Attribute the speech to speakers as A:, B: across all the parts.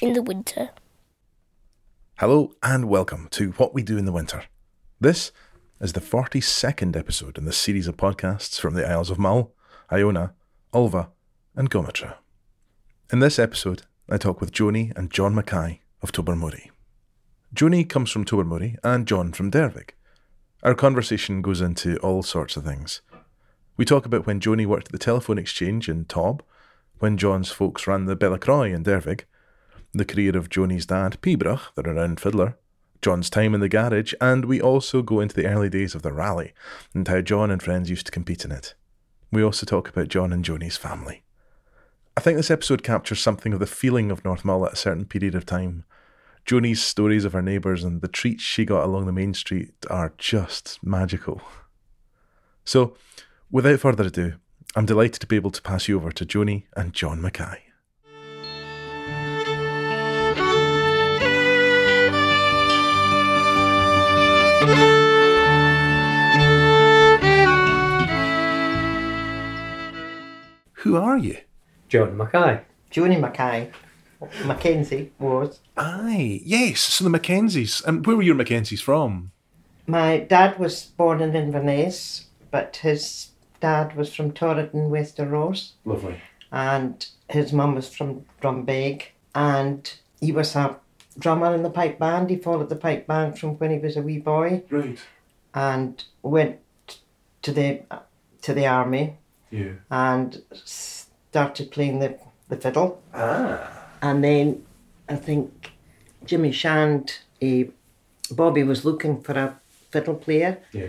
A: winter.
B: Hello and welcome to What We Do in the Winter. This is the 42nd episode in this series of podcasts from the Isles of Mull, Iona, Ulva, and Gomatra. In this episode, I talk with Joni and John Mackay of Tobermory. Joni comes from Tobermory and John from Dervig. Our conversation goes into all sorts of things. We talk about when Joni worked at the telephone exchange in Tob, when John's folks ran the Bellacroy in Dervig, the career of Joni's dad, Pebrach, the renowned fiddler, John's time in the garage, and we also go into the early days of the rally and how John and friends used to compete in it. We also talk about John and Joni's family. I think this episode captures something of the feeling of North Mull at a certain period of time. Joni's stories of her neighbours and the treats she got along the main street are just magical. So, without further ado, I'm delighted to be able to pass you over to Joni and John Mackay. Who are you?
C: John Mackay.
D: Joni Mackay, Mackenzie was.
B: Aye, yes, so the Mackenzies. And where were your Mackenzies from?
D: My dad was born in Inverness, but his dad was from Torridon, West Ross,
C: Lovely.
D: and his mum was from Drumbeg, and he was a drummer in the pipe band. He followed the pipe band from when he was a wee boy,
B: Right,
D: and went to the to the army
B: yeah.
D: and started playing the, the fiddle.
B: Ah.
D: And then I think Jimmy Shand, he, Bobby was looking for a fiddle player.
C: Yeah.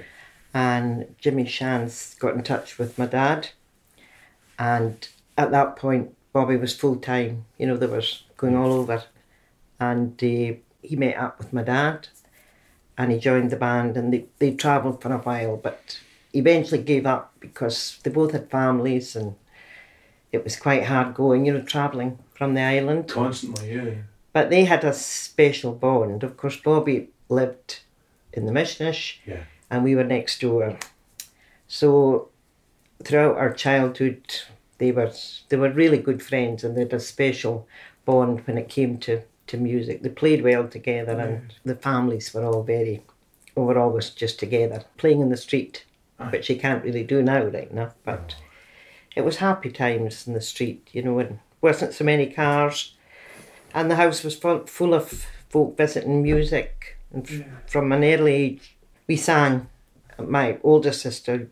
D: And Jimmy Shand's got in touch with my dad. And at that point, Bobby was full time. You know, they was going all over. And uh, he met up with my dad and he joined the band and they, they travelled for a while, but eventually gave up because they both had families and it was quite hard going, you know, travelling from the island.
B: Constantly, yeah.
D: But they had a special bond. Of course, Bobby lived in the Mishnish,
C: Yeah.
D: and we were next door. So, throughout our childhood, they were they were really good friends, and they had a special bond when it came to, to music. They played well together, and the families were all very, we were always just together, playing in the street, which you can't really do now, right enough. But it was happy times in the street, you know, and wasn't so many cars and the house was full, full of folk visiting music. And f- from an early age, we sang. My older sister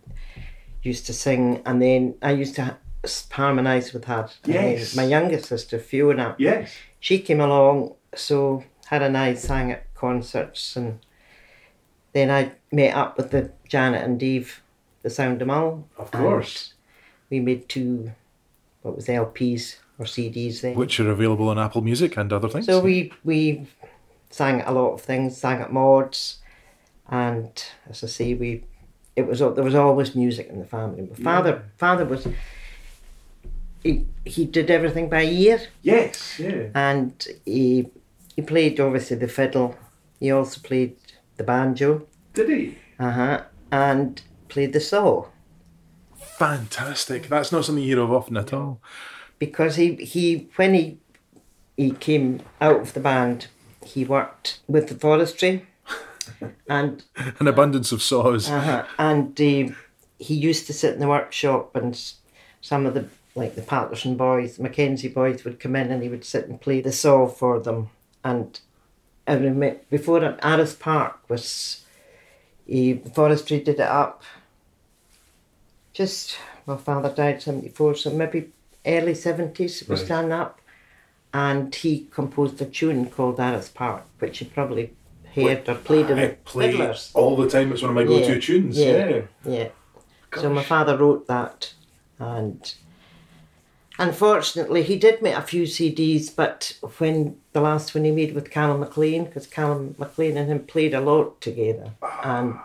D: used to sing, and then I used to ha- s- harmonise with her. And then
C: Yes.
D: my younger sister Fiona,
C: Yes.
D: she came along, so her and I sang at concerts, and then I met up with the Janet and Dave, the Sound of Mull.
C: Of course.
D: We made two, what was the LPs or CDs then?
B: Which are available on Apple Music and other things.
D: So we we sang at a lot of things, sang at Maud's, and as I say, we it was al- there was always music in the family. My father father was he he did everything by ear,
C: Yes. Yeah.
D: and he he played obviously the fiddle. He also played the banjo,
C: Did he?
D: uh huh, and played the saw
B: Fantastic. That's not something you hear of often at all.
D: because he he when he he came out of the band, he worked with the forestry, and
B: An abundance of saws.
D: Uh-huh. And uh, he used to sit in the workshop, and s- some of the like the Patterson boys, Mackenzie boys would come in, and he would sit and play the saw for them. And I remember before that, Aris Park was, he, forestry did it up. Just my father died seventy four, so maybe early seventies it was
C: Right.
D: done up, and he composed a tune called Aris Park, which you probably heard or played in
B: I
D: the
B: play
D: fiddlers.
B: all the time. It's one of my go-to
D: Yeah,
B: tunes.
D: yeah.
B: yeah.
D: Yeah. So my father wrote that, and unfortunately, he did make a few CDs. But when the last one he made with Callum MacLean, because Callum MacLean and him played a lot together, and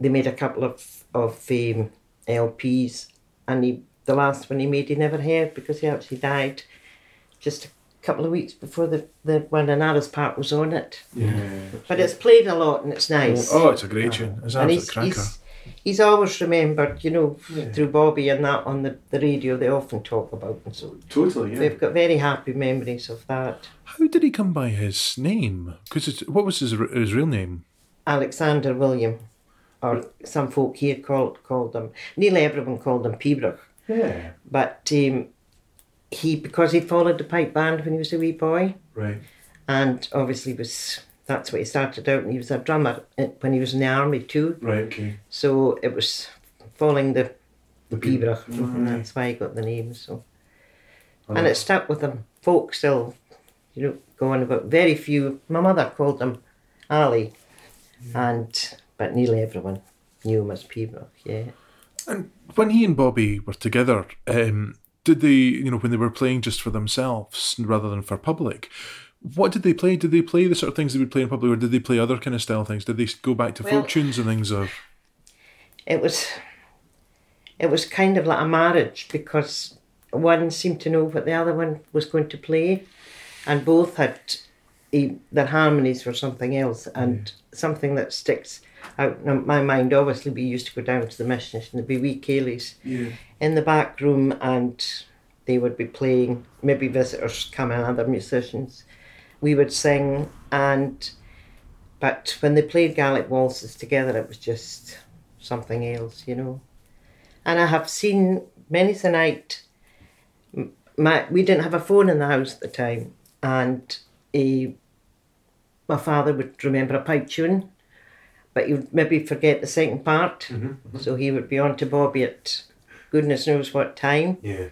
D: they made a couple of of um, LPs, and he the last one he made he never heard because he actually died just a couple of weeks before the the when Anara's part was on it.
C: Yeah.
D: But it's played a lot and it's nice.
B: Oh, it's a great tune. It's
D: And
B: an absolute
D: he's,
B: cracker.
D: he's, he's always remembered, you know,
B: Yeah.
D: through Bobby and that on the, the radio they often talk about and so
B: Totally, yeah.
D: they've got very happy memories of that.
E: How did he come by his name? Because what was his, r- his real name?
D: Alexander William, or some folk here called called him. Nearly everyone called him Peabrook,
B: Yeah.
D: but um, he because he followed the pipe band when he was a wee boy,
B: Right.
D: and obviously was that's what he started out, and he was a drummer uh, when he was in the army too.
B: Right, okay.
D: So it was following the
B: The
D: Peabrook, and that's why he got the name. So. and it stuck with them. Folk still, you know, go on about very few. My mother called him Ali, and but nearly everyone knew him as Peabrook. Yeah,
E: And when he and Bobby were together, um, did they, you know, when they were playing just for themselves rather than for public, what did they play? Did they play the sort of things they would play in public, or did they play other kind of style things? Did they go back to
D: Well-
E: folk tunes and things? Or
D: it was. It was kind of like a marriage because one seemed to know what the other one was going to play, and both had eh, their harmonies were something else and something that sticks out in my mind. Obviously, we used to go down to the mission and there'd be wee Cayleys
B: Yeah.
D: in the back room and they would be playing, maybe visitors coming, other musicians. We would sing and but when they played Gaelic waltzes together it was just something else, you know. And I have seen many a night m- my we didn't have a phone in the house at the time and he, my father would remember a pipe tune but he would maybe forget the second part. So he would be on to Bobby at goodness knows what time,
B: Yeah.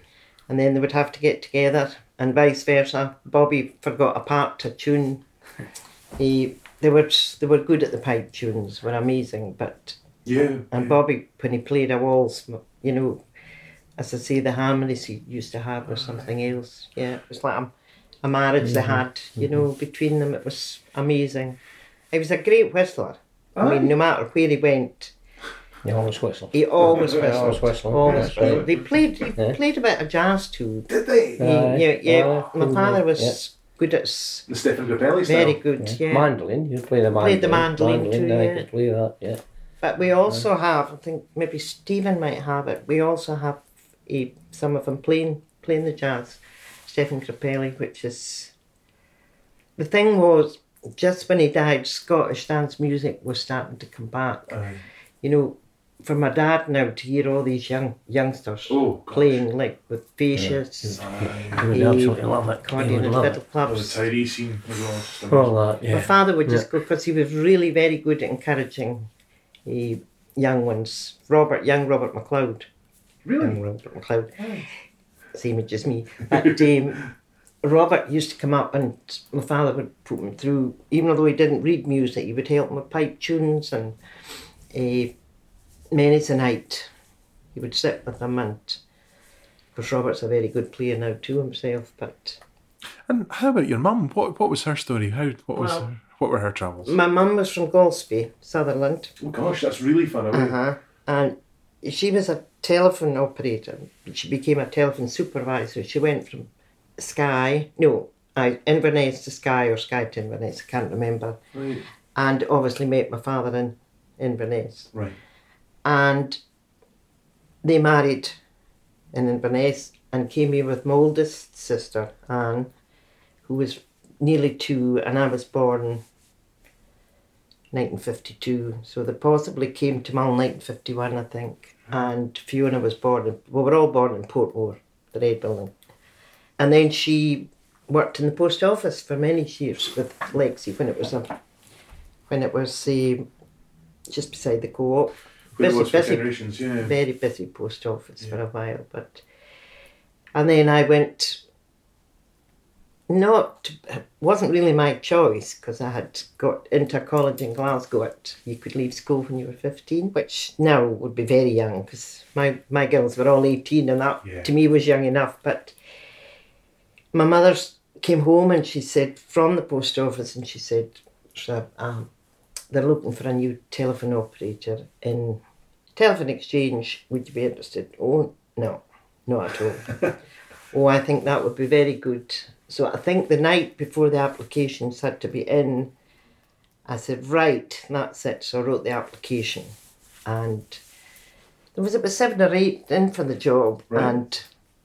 D: and then they would have to get together, and vice versa. Bobby forgot a part to tune. He, they were they were good at the pipe tunes, were amazing. But
B: Yeah.
D: and Bobby when he played a waltz, you know, as I say, the harmonies he used to have was something else. Yeah, it was like a, a marriage they had, you know, between them. It was amazing. He was a great whistler. I mean, no matter where he went,
C: You always whistle.
D: he always
C: Yeah,
D: whistled.
C: always whistled,
D: Always
C: yeah,
D: played.
C: right.
D: They played. They
C: Yeah.
D: played a bit of jazz too.
B: Did they?
D: He-
C: Aye,
D: yeah, yeah.
C: aye,
D: My
C: cool,
D: father
C: yeah,
D: was
C: yeah.
D: good at. s-
B: The Stefan Grappelli style.
D: Very good. Yeah.
C: Mandolin, you play the mandolin.
D: Played the mandolin too,
C: yeah,
D: yeah.
C: I could play that, yeah.
D: But we also have. I think maybe Stephen might have it. We also have eh, some of them playing playing the jazz. Stephen Grappelli, which is. The thing was, just when he died, Scottish dance music was starting to come back.
B: Aye.
D: you know, for my dad now to hear all these young youngsters
B: Oh, gosh.
D: playing like with facias,
B: Aye.
C: He would
D: He-
C: absolutely love it. He
D: accordion
C: would
D: and
C: love
B: Oh,
C: it.
D: fiddle
B: the
D: clubs.
B: Tyree scene as well. just amazing.
C: All that,
D: My
C: yeah.
D: father would just go because he was really very good at encouraging eh, young ones. Robert, young Robert MacLeod, young
B: Really?
D: Robert MacLeod, same age as me. But um, Robert used to come up and my father would put him through, even though he didn't read music, he would help him with pipe tunes and uh, many a night he would sit with him and because Robert's a very good player now too himself, but
E: and how about your mum? What what was her story? How what was
D: Well-
E: her, what were her travels?
D: my mum was from Galsby, Sutherland,
B: Oh gosh, that's really fun. away.
D: Uh-huh. And she was a telephone operator. She became a telephone supervisor. She went from Sky, no, I, Inverness to Sky or Sky to Inverness, I can't remember.
B: Right.
D: And obviously met my father in Inverness.
B: Right.
D: And they married in Inverness and came here with my oldest sister, Anne, who was nearly two, and I was born 1952. So they possibly came to Mull 1951, I think. And Fiona was born, in, we were all born in Portmore, the Red Building. And then she worked in the post office for many years with Lexi when it was a, when it was um just beside the co-op.
B: When it
D: Busy,
B: was for
D: busy.
B: generations, yeah.
D: Very busy post office for a while, but and then I went. Not wasn't really my choice because I had got into college in Glasgow. At, you could leave school when you were fifteen, which now would be very young because my my girls were all eighteen, and that
B: Yeah.
D: to me was young enough. But my mother s- came home and she said from the post office, and she said, "Sir, um, they're looking for a new telephone operator in telephone exchange, would you be interested? Oh, no, not at all. oh, I think that would be very good. So I think the night before the applications had to be in, I said, right, that's it. So I wrote the application and there was about seven or eight in for the job,
B: Right.
D: and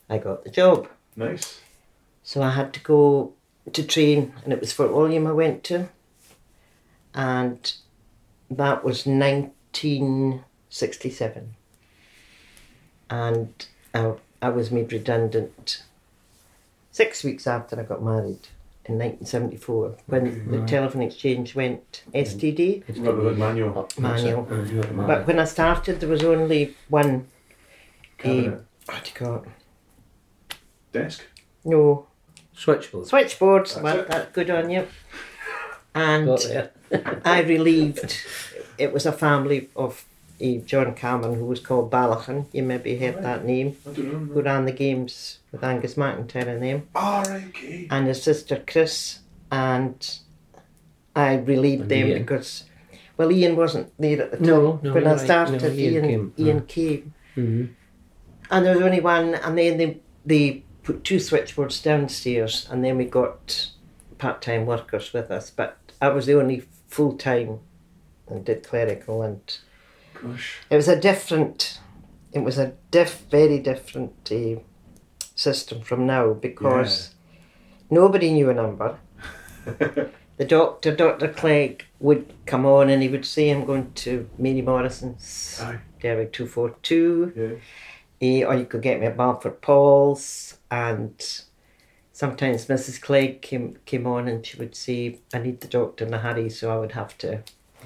D: I got the job.
B: Nice.
D: So I had to go to train, and it was Fort William I went to, and that was 1967. And I, I was made redundant six weeks after I got married in 1974 when the telephone exchange went STD
B: Rather than manual.
D: manual. But
C: Manual.
D: when I started, there was only one. eh,
B: Cabinet.
D: what do you call it?
B: Desk.
D: No,
C: Switchboard.
D: switchboards.
B: That's
D: well,
B: it.
D: that's good on you.
C: Got
D: And
C: there.
D: I relieved. It was a family of eh, John Cameron, who was called Ballachan. You maybe heard that name.
B: I don't
D: Who
B: know.
D: ran the games with Angus McIntyre and them,
B: R.I.K.
D: and his sister Chris. And I relieved
C: And
D: them
C: Ian.
D: because, well, Ian wasn't there at the time.
C: No, no,
D: when
C: you're
D: I
C: right.
D: started,
C: No, Ian
D: Ian,
C: came.
D: Ian came.
C: hmm
D: And there was only one, and then they, they put two switchboards downstairs, and then we got part time workers with us. But I was the only full time and did clerical, and
B: Gosh.
D: it was a different, it was a diff, very different uh, system from now because nobody knew a number. The doctor, Dr. Clegg, would come on and he would say, I'm going to Mary Morrison's
B: Aye.
D: Dairy 242.
B: Yeah.
D: Eh, or you could get me at Balfour Paul's. And sometimes Mrs. Clegg came, came on and she would say, I need the doctor in a hurry, so I would have to,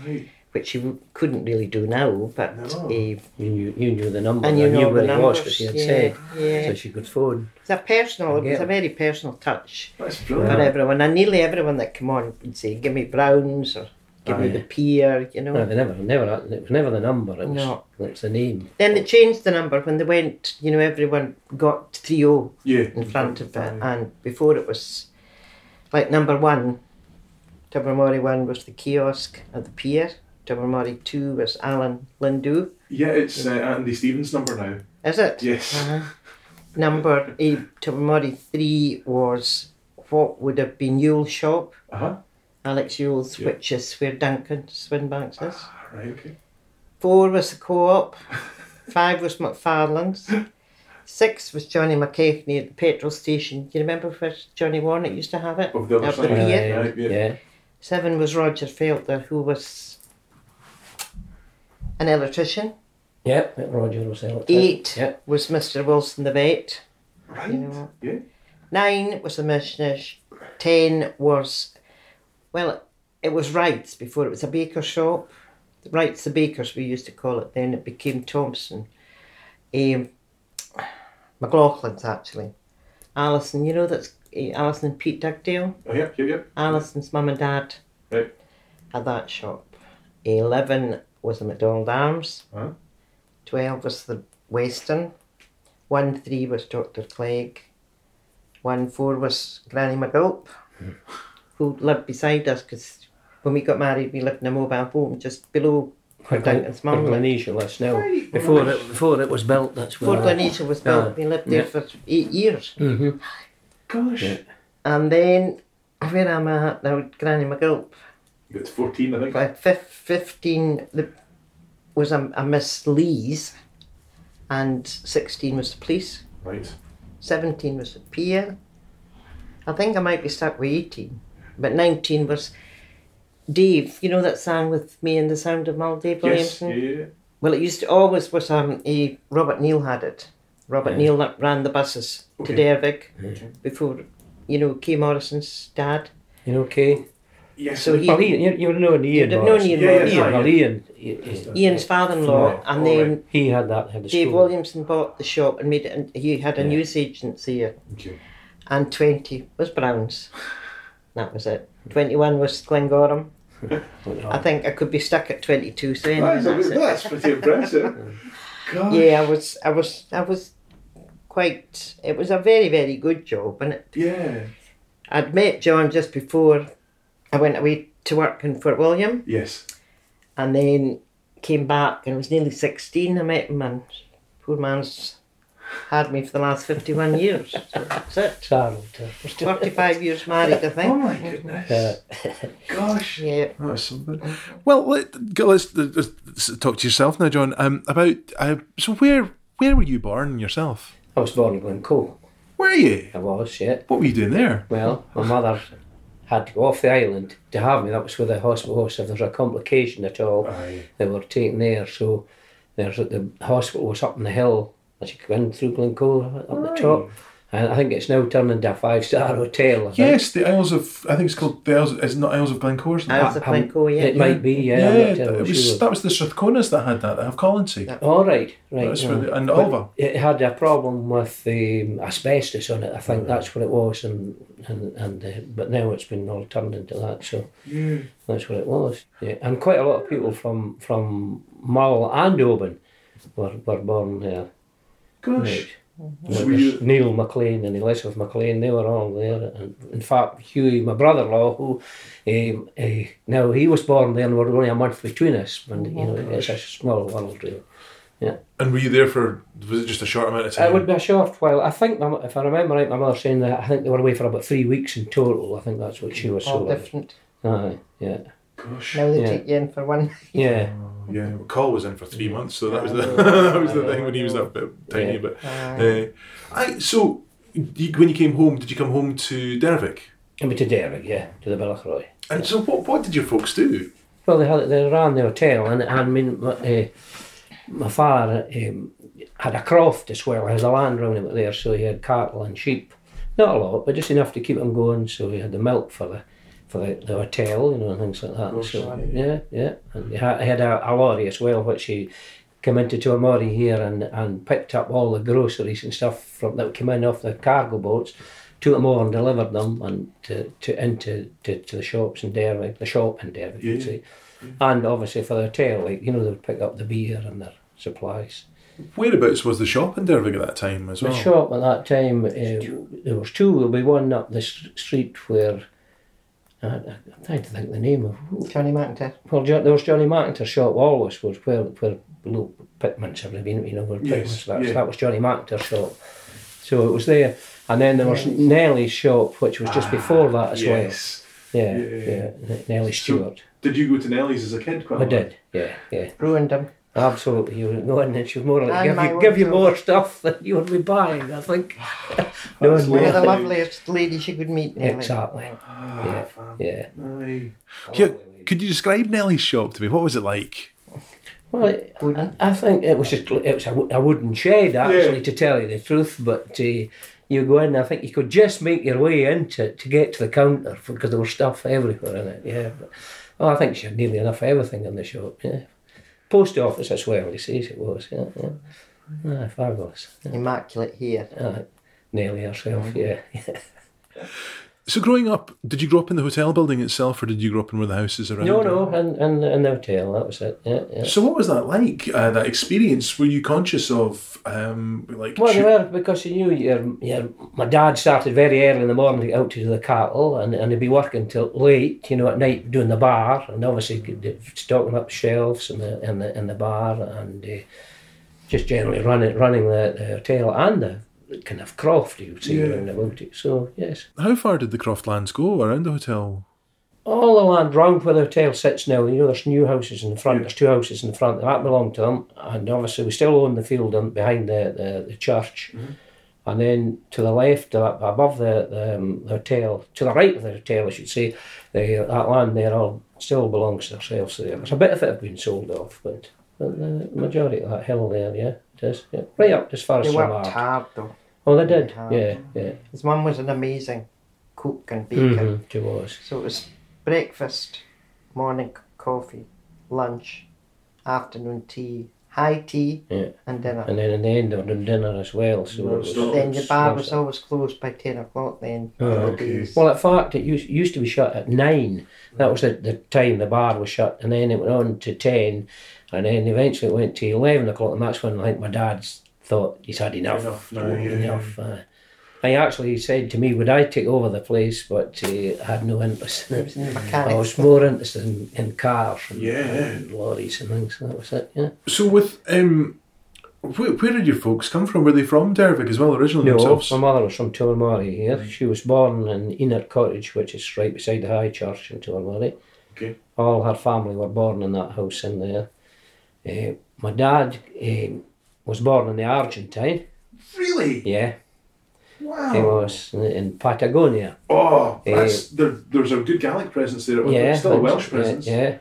B: Right.
D: which she w- couldn't really do now, but.
B: No.
D: eh,
C: You knew, you knew the number.
D: and you know
C: knew where
D: the
C: it was
D: numbers.
C: because she had
D: yeah,
C: said.
D: yeah.
C: So she could phone.
D: It's a personal, it
C: Yeah.
D: was a very personal touch
B: That's
D: for
B: brilliant.
C: Yeah.
D: everyone. And nearly everyone that came on would say, Give me Browns or give me
B: Oh,
C: Aye.
D: the pier, you know.
C: No, they never, never. It was never the number. It was,
D: No.
C: it was the name.
D: Then they changed the number when they went, you know, everyone got 3 0
B: Yeah.
D: in front of it.
B: Aye.
D: And before it was like number one, Tobermory one was the kiosk at the pier, Tobermory two was Alan Lindu,
B: Yeah, it's uh, Andy Stevens' number now.
D: is it?
B: Yes.
D: Uh-huh. Number eight, Tobermory three was what would have been Yule's shop,
B: Uh huh.
D: Alex Yule's,
B: Yeah.
D: which is where Duncan Swinbanks is.
B: Right. Okay.
D: Four was the co-op. Five was McFarland's. Six was Johnny McCaffney at the petrol station. Do you remember where Johnny Warnock used to have it?
B: Of the other
D: Up the
B: side.
D: pier.
B: Yeah.
C: Aye,
B: yeah.
C: yeah.
D: Seven was Roger Felter, who was an electrician.
C: Yep, Roger was there.
D: Eight
C: Yep.
D: was Mr Wilson the vet.
B: Right.
D: You know.
B: Yeah.
D: Nine was the missionaries. Ten was, well, it was Wright's before it was a baker shop. Wright's the Bakers, we used to call it then. It became Thompson. Um, McLaughlin's, actually. Alison, you know that's eh, Alison and Pete Dugdale?
B: Oh, yeah. Yeah. Yeah.
D: Alison's mum and dad
B: Right.
D: at that shop. 11 was the McDonald Arms.
B: Huh?
D: 12 was the Western. 1 3 was Dr. Clegg. 1 4 was Granny McGulp, who lived beside us because when we got married, we lived in a mobile home just below
C: Quite
D: Duncan's mum. lived.
C: Glenisha was now. Before it, before it was built, that's
D: Before
C: where.
D: Glenisha was built, we lived there
C: Uh, Yeah.
D: for eight years.
C: Mm-hmm.
B: Gosh.
C: Yeah.
D: And then, where am I at now? Granny McGulp.
B: You got to 14, I think.
D: Like fif- 15 the, was a, a Miss Lees, and 16 was the police,
B: Right.
D: 17 was the pier. I think I might be stuck with 18, but 19 was Dave. You know that song with me and the sound of my Dave
B: Yes.
D: Williamson?
B: Yeah. yeah.
D: Well, it used to always was um, a Robert Neal had it. Robert
C: Yeah.
D: Neal that ran the buses
B: Okay.
D: to Dervig
B: Okay.
D: before, you know, Kay Morrison's dad.
C: You know, Kay.
B: Yes.
D: So he-
C: Well, Ian, you, you know Ian.
D: You'd have known
C: Morris.
D: Ian
B: Yeah, yeah,
D: Morrison.
B: yeah.
C: Well, Ian, he, he-
D: Ian's father-in-law,
B: Right,
D: and
B: all
D: then
B: right.
C: he had that. Had the
D: Dave
C: school.
D: Williamson bought the shop and made it, and he had a
C: Yeah.
D: newsagent there,
B: Okay.
D: and 20 was Brown's. That was it. 21 was Glengoram. I
C: Oh.
D: think I could be stuck at 22 saying
B: That's, a
D: that's
B: bit,
D: it.
B: that's pretty impressive. Gosh.
D: Yeah, I was, I was, I was quite, it was a very, very good job. And it,
B: Yeah.
D: I'd met John just before I went away to work in Fort William
B: Yes.
D: and then came back and I was nearly 16. I met him and poor man's had me for the last 51 years. So that's it.
C: Sarnold.
D: 45 years married, I
B: Oh
D: think.
B: my goodness.
C: Uh,
B: Gosh.
D: Yeah.
E: That was something. Well, let, go- let's, let's talk to yourself now, John. Um, about uh, so where where were you born yourself?
C: I was born in Glencoe.
E: Where are you?
C: I was, yeah.
E: What were you doing there?
D: Uh,
C: Well, my mother had to go off the island to have me. That was with the hospital. horse. If there's a complication at all,
B: Aye.
C: they were taken there. So there's the hospital was up on the hill as you go in through Glencoe up the top. And I think it's now turned into a five star hotel. I think.
E: Yes, the Isles of I think it's called the Isles. It's not Isles of Glencore. Isn't
D: Isles
E: it?
D: of Glencoe, yeah.
C: It might be, yeah. I'm
E: yeah,
C: not terribly
E: it was,
C: sure.
E: that was the Strathconas that had that. That have Collinsy.
D: Yeah.
C: All right, right.
E: That's
C: yeah.
E: for the, and
C: But
E: Alva.
C: It had a problem with the asbestos on it. I think that's what it was, and and and uh, but now it's been all turned into that. So
B: Mm.
C: that's what it was. Yeah, and quite a lot of people from from Mull and Oban were, were born there.
B: Gosh.
C: Right.
B: So
C: Like
B: you-
C: Neil McLean and Elizabeth McLean, they were all there. And in fact, Hughie, my brother-in-law, who um, uh, now he was born there, and we were only a month between us. And you
B: Oh
C: know, it's a small world, really.
E: And were you there for was it just a short amount of time?
C: It would be a short while. I think, my, mo- if I remember right, my mother saying that I think they were away for about three weeks in total. I think that's what she was.
D: All
C: so
D: Oh, different.
C: Aye, yeah,
B: Gosh.
D: Now they
C: Yeah.
D: take you in for one.
C: yeah.
E: Yeah, well, Cole was in for three months, so that was the that was the thing when he was that bit tiny.
C: Yeah.
E: But uh,
D: Aye.
E: I so you, when you came home, did you come home to Dervick?
C: I mean, to Derrick, yeah, to the Bellachroy.
E: And so what what did your folks do?
C: Well, they had, they ran the hotel, and, and I mean, my, uh, my father um, had a croft as well. He had a land round about there, so he had cattle and sheep. Not a lot, but just enough to keep him going. So he had the milk for the for the, the hotel, you know, and things like that.
E: course,
C: so
E: aye.
C: yeah, yeah. And he had, he had a, a lorry as well, which he came into Tuamori here and, and picked up all the groceries and stuff from that came in off the cargo boats, took them over and delivered them and to, to into to, to the shops in Derby, the shop in Derby, you'd
E: Yeah.
C: say. And obviously for the hotel, like you know, they would pick up the beer and their supplies.
E: Whereabouts was the shop in Dervick at that time as well?
C: The shop at that time, uh, there was two. There'll be one up the s- street where I, I, I'm trying to think the name of.
D: Johnny McIntyre.
C: Well, Jo- there was Johnny McIntyre's shop always was where where little Pittman's have been, you know, where
B: Yes,
C: Pittman's that,
B: yeah.
C: that was Johnny McIntyre's shop. So it was there, and then there was Nelly's shop, which was just before that as
B: Ah, Yes.
C: well. Yeah,
B: yeah,
C: yeah,
B: yeah. Oh.
C: N- Nelly Stewart.
B: Did you go to Nelly's as a kid? Quite
C: I did. Yeah, yeah.
D: Ruined him.
C: Absolutely, you would go in and she would more
D: And
C: like give
D: my
C: you, give you
D: wardrobe.
C: more stuff than you would be buying. I think. no
B: That's
C: one
D: One of the
C: will.
B: lovely.
D: loveliest ladies you could meet. Nellie.
C: Exactly.
B: Ah,
C: Oh, Yeah.
B: aye.
C: Oh,
E: Yeah, could you describe Nellie's shop to me? What was it like?
C: Well, it- I I think it was just it was a, wo- a wooden shed actually,
B: Yeah.
C: to tell you the truth. But uh, you go in, I think you could just make your way into it to get to the counter because there was stuff everywhere in it. Yeah, but oh, I think she had nearly enough of everything in the shop. Yeah, post office as well. You see, it was. Yeah, yeah. Ah, fabulous.
D: Immaculate hair.
C: Ah, Nelly herself. Yeah,
E: So growing up, did you grow up in the hotel building itself, or did you grow up in where the houses around?
C: no,
E: it?
C: no, and and and the hotel. That was it. Yeah, yeah.
E: So what was that like? Uh, that experience? Were you conscious of um, like?
C: Well, they
E: choo-
C: were because you knew your, your my dad started very early in the morning to get out to the cattle and, and he'd be working till late, you know, at night doing the bar and obviously g- d- stocking up shelves in the in the in the bar and uh, just generally running running the, the hotel and the kind of croft you would see
E: Yeah.
C: around about it. So yes,
E: How far did the Croft lands go around the hotel?
C: all the land round where the hotel sits now, you know, there's new houses in the front, there's two houses in the front, that belonged to them, and obviously we still own the field on, behind the, the, the church.
D: Mm-hmm.
C: And then to the left, uh, above the, the, um, the hotel, to the right of the hotel, I should say, the, that land there all still belongs to ourselves there. There's a bit of it have been sold off, but, but the majority of that hill there, yeah, it is. Yeah. Right up as far as
D: They worked
C: Savard.
D: hard though.
C: Oh, they did?
D: hard.
C: Yeah, yeah.
D: His mum was an amazing cook and baker.
C: Mm-hmm. She was.
D: So it was breakfast, morning c- coffee, lunch, afternoon tea, high tea,
C: Yeah.
D: and dinner.
C: And then in the end, they were doing dinner as well, so it was...
B: No,
D: then the bar was
C: it's-
D: always closed by 10 o'clock then.
C: Oh,
D: on the
B: okay.
D: days.
C: Well, in fact, it used, used to be shut at nine. That was the, the time the bar was shut, and then it went on to ten, and then eventually it went to eleven o'clock, and that's when I think my dad's thought he's had enough.
E: Enough now, yeah.
C: enough. Uh, and he actually said to me, "Would I take over the place?" But uh, I had no interest. in
D: It
C: it.
D: was in the
C: I
D: mechanics.
C: was more interested in, in cars and,
E: Yeah.
C: and lorries and things. That was it. Yeah.
E: So with um, Where, where did your folks come from? Were they from Dervick as well originally
C: No,
E: themselves?
C: my mother was from Tullamore
B: Mm.
C: here. She was born in Enid Cottage, which is right beside the High Church in Tullamore.
B: Okay.
C: All her family were born in that house in there. Eh, my dad eh, was born in the Argentine.
B: Really?
C: Yeah,
B: Wow.
C: he was in, in Patagonia.
B: Oh,
C: Eh,
B: that's, there, there's a good Gaelic presence there. It was
C: yeah,
B: still a
C: and-
B: Welsh
C: yeah,
B: presence.
C: Yeah,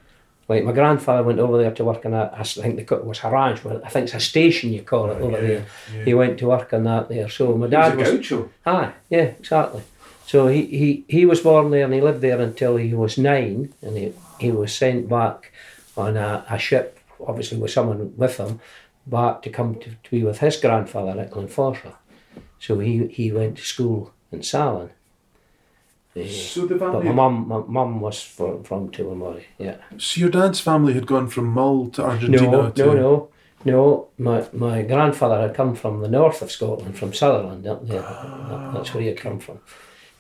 C: Like my grandfather went over there to work in a, I s- think they call it was a ranch, well, I think it's a station you call it over there. He went to work on that there. So my dad
B: He was a gaucho.
C: Aye, yeah, exactly. So he, he, he was born there and he lived there until he was nine and he, he was sent back on a, a ship, obviously with someone with him, back to come to, to be with his grandfather at Glenforsa. So he, he went to school in Salon. Eh,
B: So the
C: But my
B: family.
C: mum my mum was from, from Tullamore, yeah.
E: So your dad's family had gone from Mull to Argentina
C: No,
E: to
C: no, no. No, my, my grandfather had come from the north of Scotland, from Sutherland. Up there. That- That's where he had come from.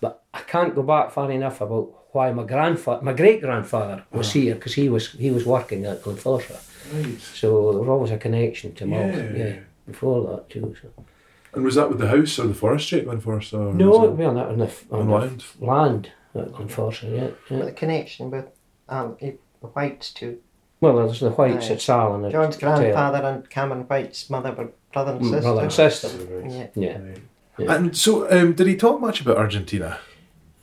C: But I can't go back far enough about why my grandfather, my great grandfather, was here because he was he was working at Glenforsa.
B: Right.
C: So there was always a connection to Mull.
B: Yeah.
C: Yeah. before that too. So.
E: And was that with the house or the forestry at Glenforest? Or
C: No,
E: was it-
C: well, not on the f- on,
E: On
C: the
E: land?
C: f- land at Glenforsa. Yeah,
D: But
C: yeah.
D: the connection with um, the whites too.
C: Well, there's the whites at Salon. at
D: John's
C: Taylor.
D: grandfather and Cameron White's mother were brother and
C: Mm,
D: sister.
C: brother and sister.
D: Yeah.
C: Yeah. Yeah.
E: And so, um, did he talk much about Argentina?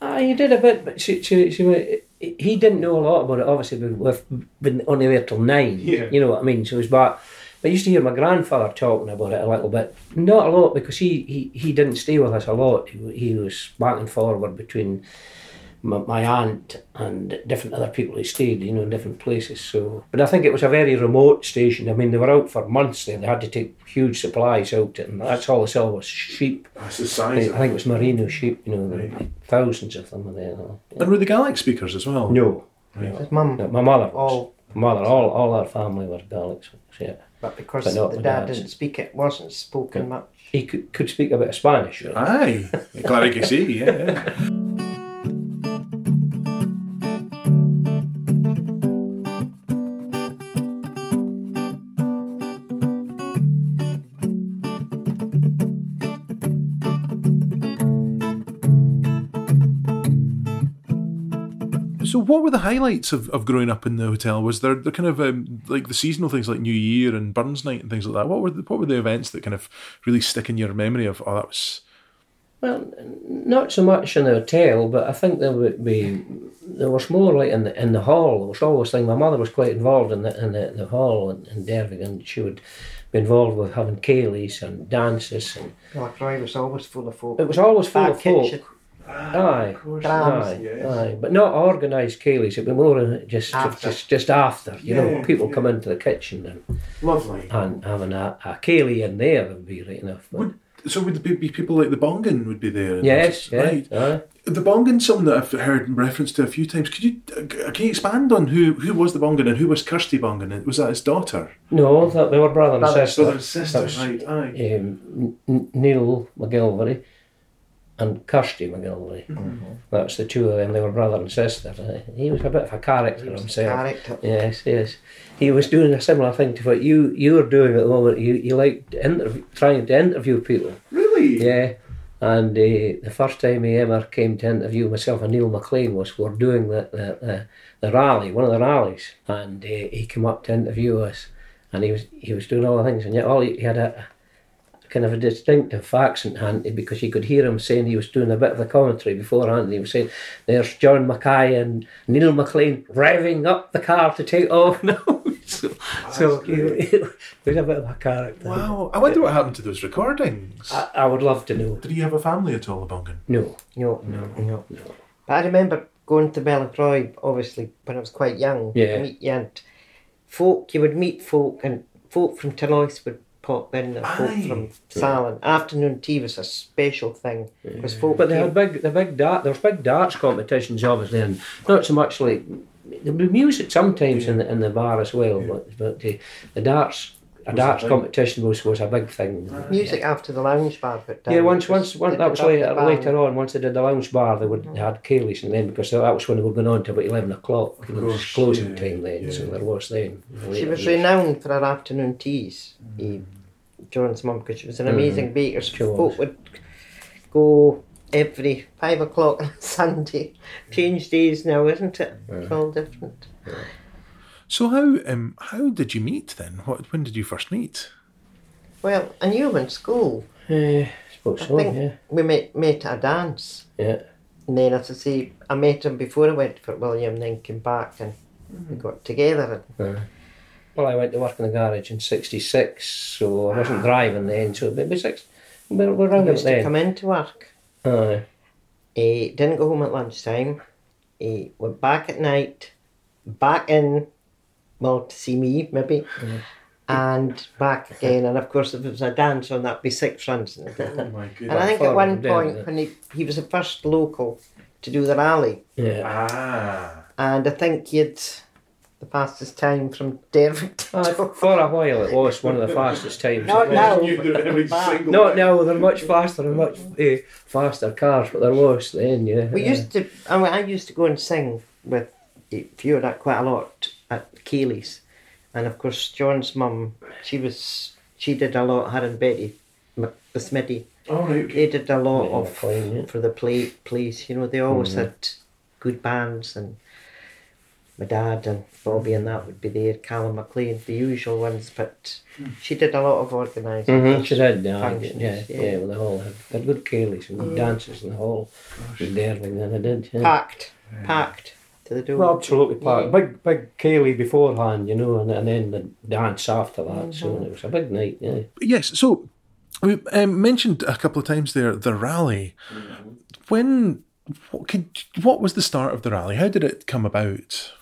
C: Ah, he did a bit, but she, she, she, he didn't know a lot about it. Obviously, we- we've been only there till nine.
B: Yeah.
C: You know what I mean? So it was back. But I used to hear my grandfather talking about it a little bit. Not a lot because he, he, he didn't stay with us a lot. He, he was back and forward between my, my aunt and different other people who stayed, you know, in different places. So, But I think it was a very remote station. I mean, they were out for months there. They had to take huge supplies out, and that's all they saw was sheep.
B: That's the
C: I
B: size of
C: think it was merino sheep, you know, the-
B: Right.
C: thousands of them were there. Yeah.
E: And were the Gaelic speakers as well?
C: No,
D: His mum,
C: no, my mother was.
D: all,
C: My mother, all, all our family were Daleks. Yeah.
D: but because
C: But not
D: the
C: my
D: dad
C: dad's.
D: didn't speak it, wasn't spoken
C: Yeah.
D: much.
C: He could, could speak a bit of Spanish. Really.
E: Aye, Clary que sí, yeah, yeah. So, what were the highlights of, of growing up in the hotel? Was there the kind of um, like the seasonal things like New Year and Burns Night and things like that? What were the, what were the events that kind of really stick in your memory of? Oh, that was
C: Well, not so much in the hotel, but I think there would be there was more like in the in the hall. There was always thing. My mother was quite involved in the in the, the hall in, in Derby, and she would be involved with having Kayleys and dances, and
D: Lacroix was always full of folk.
C: it was always full
D: Back
C: of folk.
D: kitchen,
C: Aye,
B: course.
D: Drums.
C: aye,
B: yes.
C: aye, but not organised Kayleys. It'd be more uh, just
D: After.
C: just just after. You
B: Yeah,
C: know, people
B: yeah.
C: come into the kitchen and
B: Lovely.
C: and having a, a Kaylee in there would be right enough. But
E: Would- so would be, be people like the Bongan would be there? and-
C: yes, yeah,
E: right.
C: aye.
E: The Bongan, something that I've heard reference to a few times. Could you uh, can you expand on who who was the Bongan and who was Kirsty Bongan? And was that his daughter?
C: No, that they were brother and
D: Brother and
C: sister.
B: Brother and sister,
C: That's-
B: right, aye.
C: Um, N- Neil McGilvery and Kirsty McGilvery.
B: Mm-hmm.
C: That's the two of them. They were brother and sister. aye. He was a bit of a character himself.
D: character.
C: Yes, yes. He was doing a similar thing to what you you are doing at the moment. You you like to interview, trying to interview people.
B: Really?
C: Yeah. And uh, the first time he ever came to interview myself and Neil McLean was we're doing the the, the, the rally, one of the rallies, and uh, he came up to interview us, and he was he was doing all the things, and yet all he, he had a a kind of a distinctive accent, Anthony, eh, because you could hear him saying he was doing a bit of the commentary beforehand, and he was saying, "There's John Mackay and Neil McLean revving up the car to take off now." so, so he, he was a bit of a character.
E: Wow, I wonder what happened to those recordings.
C: I, I would love to know.
E: Did he have a family at all, the Bongan?
C: No.
D: No, no, no, But I remember going to Bellacroix, obviously, when I was quite young. to
C: Yeah.
D: Meet, yeah, and folk, you would meet folk, and folk from Talois would pop in, and folk
B: Aye.
D: from Salon. Afternoon tea was a special thing, because folk
C: But they
D: came-
C: had big, the big dart. There's big darts competitions, obviously, and not so much like the music sometimes in the in the bar as well. But but the, the darts, a darts
B: thing.
C: competition was was a big thing.
D: music after the lounge bar put down.
C: Yeah, once
D: it was-
C: once once
D: they
C: that was
D: put up
C: later
D: the band.
C: later on. Once they did the lounge bar, they would they had Kayleys and then because that was when they were going on to about eleven o'clock. It was
B: course,
C: closing
B: yeah,
C: time then, so
B: yeah.
C: there was then.
D: She
C: later
D: was
C: years.
D: renowned for her afternoon teas. Eve. John's mum because she was
C: Hmm.
D: an amazing baker.
C: She
D: So
C: was.
D: folk would go every five o'clock on Sunday. Change days now, isn't it? It's all different.
E: So how um how did you meet then? What when did you first meet?
D: Well, I knew him in school.
C: Eh, I suppose
D: I
C: so,
D: think
C: yeah.
D: we met, met at a dance.
C: Yeah.
D: And then, as I say, I met him before I went for William, then came back and we got together.
C: Well, I went to work in the garage in 66, so I wasn't driving then, so maybe six. We're, we're around about
D: And he Ah. used to
C: then.
D: come into work.
C: Aye.
D: He didn't go home at lunchtime. He went back at night, back in, well, to see me maybe, and back again. And of course, if it was a dance on, that'd be six runs. in a day.
B: Oh my
D: And I
B: goodness.
D: think at
C: Forward,
D: one
C: down,
D: point, when he, he was the first local to do the rally,
C: Yeah.
B: Ah.
D: and I think he had the fastest time from Derby to
C: Aye, for a while it was one of the fastest times.
D: Not
C: it was.
D: now. Oh, No.
B: You knew there every
D: Back.
B: single
C: Not
B: thing.
C: now, they're much faster and much eh, faster cars, but there was then, yeah.
D: We used to. I, mean, I used to go and sing with Fiona quite a lot at Keeley's, and of course John's mum. She was. She did a lot. Her and Betty, M- the Smitty.
C: Oh,
B: All right.
D: They did a lot
C: Yeah,
D: of
C: fine, yeah.
D: for the play Mm-hmm. place. You know, they always had good bands and. My dad and Bobby and that would be there, Callum McLean, the usual ones, but
C: Hmm.
D: she did a lot of organising.
C: Mm-hmm. She did, yeah,
D: Functions,
C: yeah,
D: yeah.
C: yeah, yeah, with the hall. They had good Kayleys
D: Mm.
C: and good dances in the hall. With Derby, then I did,
D: Mm-hmm.
C: yeah.
D: Packed, packed to the door.
C: Well, absolutely packed.
D: Ah. Yeah.
C: Big, big Kaylee beforehand, you know, and, and then the dance after that.
D: Mm-hmm.
C: So it was a big night. Yeah.
E: Yes, so we um, mentioned a couple of times there the rally. When what could what was the start of the rally? How did it come about?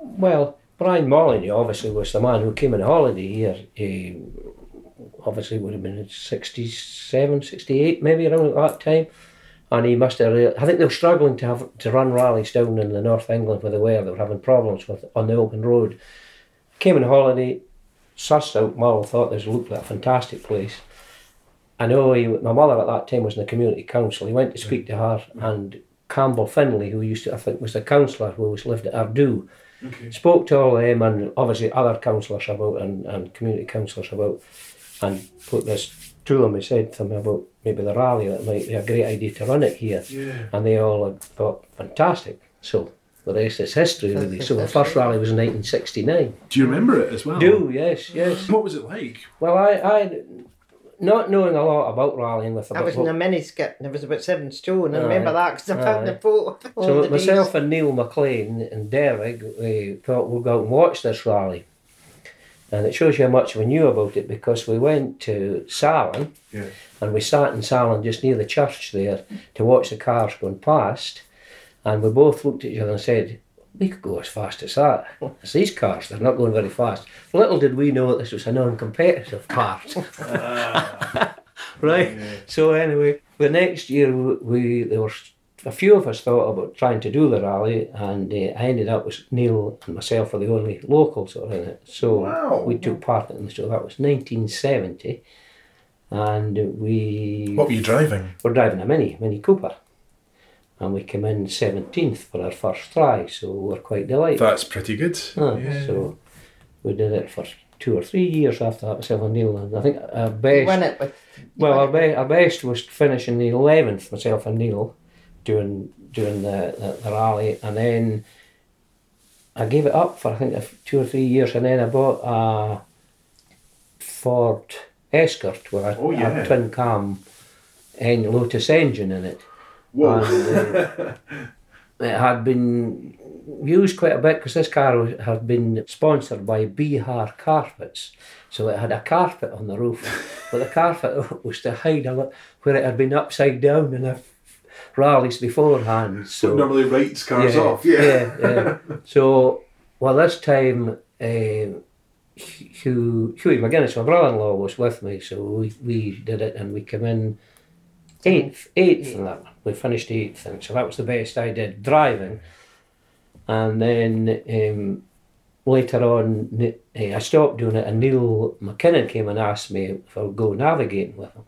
C: Well, Brian Molyneux obviously was the man who came on holiday here. He obviously would have been in 67, 68, maybe around that time. And he must have. Re- I think they were struggling to have to run rallies down in the North England where they were. They were having problems with on the open road. Came on holiday, sussed out Mull, thought this looked like a fantastic place. I know he, my mother at that time was in the community council. He went to speak to her, and Campbell Finlay, who used to, I think, was the councillor who was lived at Ardu,
B: Okay.
C: spoke to all them and obviously other councillors about and, and community councillors about and put this to them. He said to me about maybe the rally that might be a great idea to run it here.
B: Yeah.
C: And they all thought, fantastic. So the rest is history really. So the first rally was in 1969.
B: Do you remember it as well?
C: Do, yes, yes.
B: What was it like?
C: Well, I, I, not knowing a lot about rallying with
D: I was in a mini skip and it was about seven stone. I remember
C: Aye.
D: that because I found
C: Aye.
D: the photo of all
C: So
D: the
C: myself
D: days.
C: and Neil McLean and Derrig, we thought we'll go out and watch this rally. And it shows you how much we knew about it because we went to Salon
B: Yeah.
C: and we sat in Salon just near the church there to watch the cars going past. And we both looked at each other and said, we could go as fast as that. It's these cars, they're not going very fast. Little did we know that this was a non-competitive part. right? So anyway, the next year we, we there were a few of us thought about trying to do the rally, and uh, I ended up with Neil and myself were the only locals that were in it. So
B: Wow.
C: we took part in it. So that was 1970, and we
E: What were you driving?
C: were driving a Mini Mini Cooper, and we came in 17th for our first try. So we were quite delighted.
E: That's pretty good.
C: Ah, So we did it for two or three years after that, myself and Neil. And I think our
D: You
C: best
D: won it with
C: well, our, be- our best was finishing the eleventh myself and Neil, doing doing the, the, the rally, and then I gave it up for I think a f- two or three years, and then I bought a Ford Escort with a,
B: Oh, yeah.
C: a twin cam en- Lotus engine in it.
B: Whoa.
C: And, uh, it had been used quite a bit because this car was, had been sponsored by Bihar Carpets. So it had a carpet on the roof, but the carpet was to hide a lot where it had been upside down in a rallies beforehand. So
B: Normally writes cars
C: yeah,
B: off. Yeah.
C: yeah, yeah. So, well, this time, um, Hugh, Hughie McGuinness, my brother-in-law, was with me, so we, we did it, and we came in eighth, eighth in that one. We finished eighth, and so that was the best I did driving. And then um, later on, Ni- eh, I stopped doing it, and Neil McKinnon came and asked me if I would go navigating with him.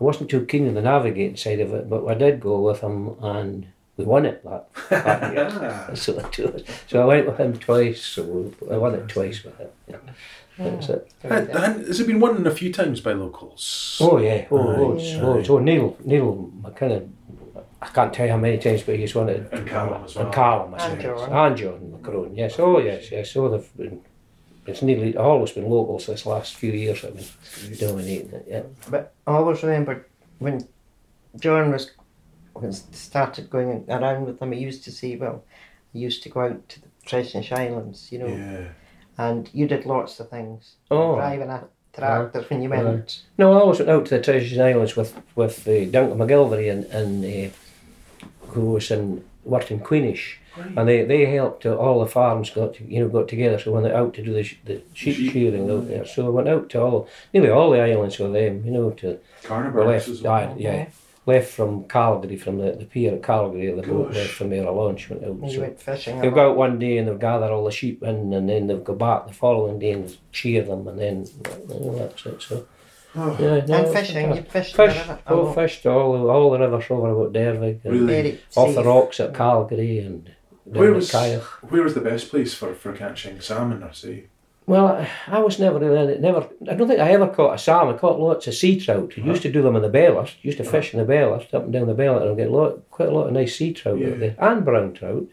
C: I wasn't too keen on the navigating side of it, but I did go with him, and we won it that, that year.
B: Ah.
C: So I, do it. so I went with him twice, so I won it twice with him. Yeah. That's it.
B: Uh,
E: And, and has it been won a few times by locals?
C: Oh yeah, oh, oh, it's,
E: Aye,
C: oh,
E: aye.
C: it's, oh, Neil, Neil, kind of, I can't tell you how many times, but he's won it.
B: And Callum as well.
C: And Callum, I
F: And
C: suppose.
F: John.
C: And John McCrone, yes, oh yes, yes, oh they've been, it's nearly, I've always been locals this last few years, I've been dominating it, yeah.
D: But I always remember when John was when started going around with them, he used to say, well, he used to go out to the Treshnish Islands, you know,
B: Yeah.
D: and you did lots of things.
C: Oh.
D: Driving a tractor when you went.
C: No, I always went out to the Treasures Islands with with uh, Duncan McGilvery and and uh, who was in worked in Queenish, and they, they helped to, all the farms got to, you know got together. So when they out to do the, sh- the sheep
B: Sheep.
C: shearing out there, so I went out to all nearly all the islands with them. You know to we
B: Carnival
C: left
B: as well.
C: aye, yeah left from Calgary from the, the pier at Calgary the boat
B: Gosh.
C: left from there a launch went out.
D: And you
C: so-
D: went fishing. a
C: They'll
D: lot.
C: go out one day and they'll gather all the sheep in, and then they'll go back the following day and cheer them, and then you know, that's it. So,
B: Oh.
C: yeah, no,
D: and
C: it's
D: fishing, you
C: fantastic.
D: fished
C: Fish,
D: a lot.
C: oh, fished all the, all the rivers over about Dervig, and
B: Really?
D: Very
C: off
D: safe.
C: the rocks at Calgary, and down
B: Where
C: at
B: was
C: Kayach.
B: where was the best place for, for catching salmon or say?
C: Well, I, I was never really, never. I don't think I ever caught a salmon. I caught lots of sea trout. I used to do them in the Bayless. Used to fish in the Bayless, up and down the Bayless, and get lot, quite a lot of nice sea trout
B: Yeah.
C: out there and brown trout.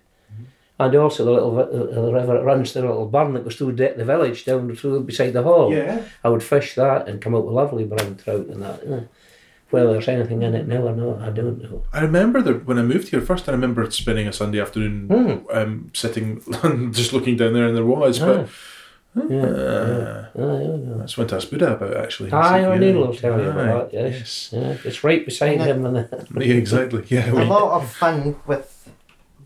C: And also the little vi- the, the river that runs through the little burn that goes through the, the village down through beside the hall.
B: Yeah.
C: I would fish that and come out with lovely brown trout and that. yeah. Whether there's anything in it now or not, I don't know.
E: I remember that when I moved here first, I remember spending a Sunday afternoon
C: Hmm.
E: um, sitting and just looking down there, and there was. But
C: Yeah,
E: uh,
C: Ah, I don't know.
E: that's when to ask Buddha about uh, actually.
C: Aye,
E: Yeah.
C: O'Neill will tell you about that,
E: Aye,
C: yes. Yeah, it's right beside him and that.
E: yes. Yeah, exactly. Yeah.
D: A
E: we-
D: lot of fun with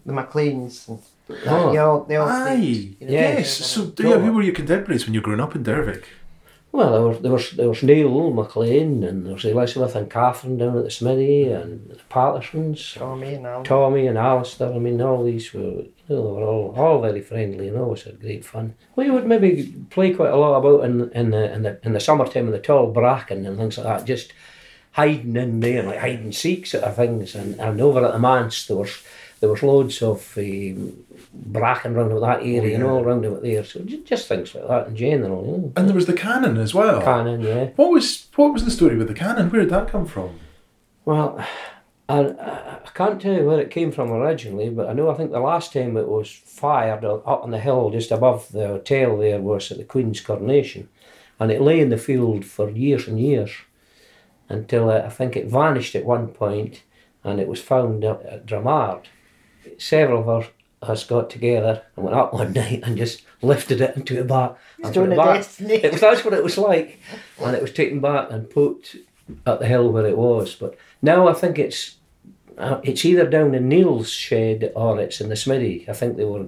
D: the Macleans and that.
C: Oh.
D: They all, they all
E: Aye.
D: played, you know,
E: Yes.
D: together.
E: So, do you, who were your contemporaries when you were growing up in Dervik?
C: Well, there was, there was there was Neil McLean and there was Elizabeth and Catherine down at the Smithy and the Pattersons,
D: Tommy and all.
C: Tommy and Alistair. I mean, all these were you know they were all, all very friendly and always had great fun. We would maybe play quite a lot about in in the in the in the summertime in the tall bracken and things like that. Just hiding in there, like hide and seek sort of things. And, and over at the manse there was there was loads of um, bracken round about that area and all round about there. So ju- just things like that in general. You know.
E: And there was the cannon as well.
C: Cannon, yeah.
E: What was what was the story with the cannon? Where did that come from?
C: Well, I, I I can't tell you where it came from originally, but I know I think the last time it was fired up on the hill just above the hotel there was at the Queen's coronation, and it lay in the field for years and years until uh, I think it vanished at one point and it was found up at Dramard. Several of us, us got together and went up one night and just lifted it into a bar. and put
D: Stone
C: it
D: of
C: back.
D: Destiny.
C: It was, that's what it was like. And it was taken back and put at the hill where it was. But now I think it's uh, it's either down in Neil's shed or it's in the Smithy. I think they were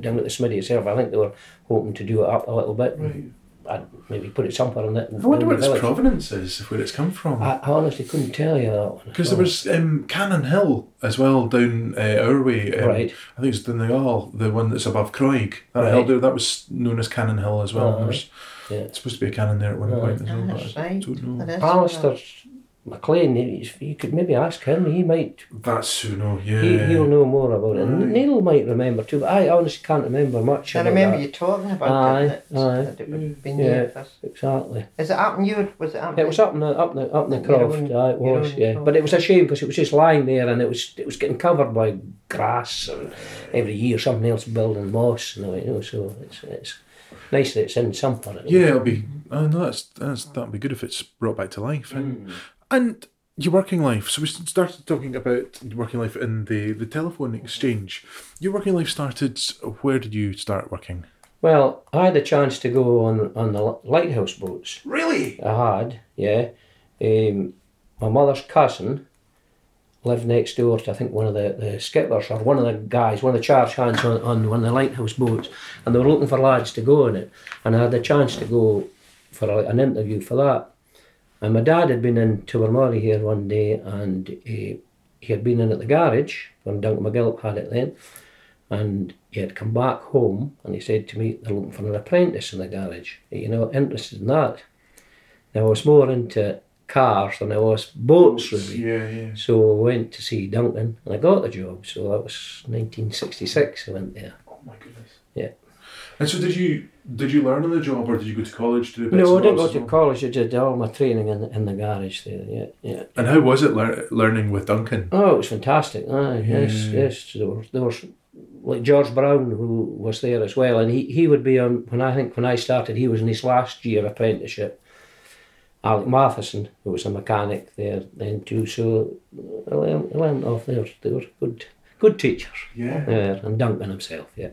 C: down at the Smithy itself. I think they were hoping to do it up a little bit.
B: Right.
C: I'd maybe put it somewhere in that.
E: I wonder what its provenance is, where it's come from.
C: I, I honestly couldn't tell you that one.
E: Because there was um, Cannon Hill as well down uh, our way. um,
C: Right.
E: I think it's down the All, the one that's above Croig. That
C: Right. Uh-huh.
E: hill there, that was known as Cannon Hill as well. There was
C: Yeah.
E: supposed to be a cannon there at one point as well.
D: Ah,
E: but
D: that's
E: I
D: right.
E: don't know.
D: That is
C: Alistair McLean, he's- you could maybe ask him. He might
E: That's who know, yeah.
C: He, he'll know more about it. And Neil might remember too, but I honestly can't remember much
D: I
C: about
D: remember
C: that.
D: you talking about
C: Aye,
D: it. That,
C: aye.
D: that it would have been
C: Yeah.
D: yeah. this.
C: Exactly.
D: Is it up in you? Was it up?
C: It was up in the up in the, up in the
D: You know,
C: croft.
D: in-
C: aye, it
D: you know,
C: was,
D: in
C: yeah.
D: croft.
C: But it was a shame because it was just lying there and it was it was getting covered by grass and every year something else building moss and all, you know. So it's it's nice that it's in somewhere.
E: Yeah, it'll be. Oh no, that's that's that'd be good if it's brought back to life.
C: Hmm.
E: And, and your working life. So we started talking about your working life in the the telephone exchange. Your working life started. Where did you start working?
C: Well, I had a chance to go on on the li- lighthouse boats.
B: Really?
C: I had, yeah. Um, my mother's cousin lived next door to, I think, one of the, the skippers or one of the guys, one of the charge hands on, on one of the lighthouse boats, and they were looking for lads to go on it. And I had a chance to go for a, an interview for that. And my dad had been in to Armari here one day, and he, he had been in at the garage when Duncan McGill had it then. And he had come back home and he said to me, They're looking for an apprentice in the garage. You know, interested in that. I was more into cars than I was boats, really.
B: Yeah, yeah.
C: So I went to see Duncan and I got the job. So that was 1966, I went there.
B: Oh my goodness.
C: Yeah.
B: And so did you Did you learn on the job or did you go to college to do bits
C: no, I
B: and
C: didn't go
B: bobs
C: to
B: as well?
C: college. I did all my training in, in the garage there. Yeah, yeah.
B: And how was it lear- learning with Duncan?
C: Oh, it was fantastic. Aye, yes,
B: Yeah.
C: yes. There was, there was like George Brown who was there as well, and he, he would be on when I think when I started he was in his last year apprenticeship. Alec Matheson, who was a mechanic there then too, so I learned, I learned off there. They were good, good teachers
B: Yeah.
C: there, and Duncan himself. Yeah,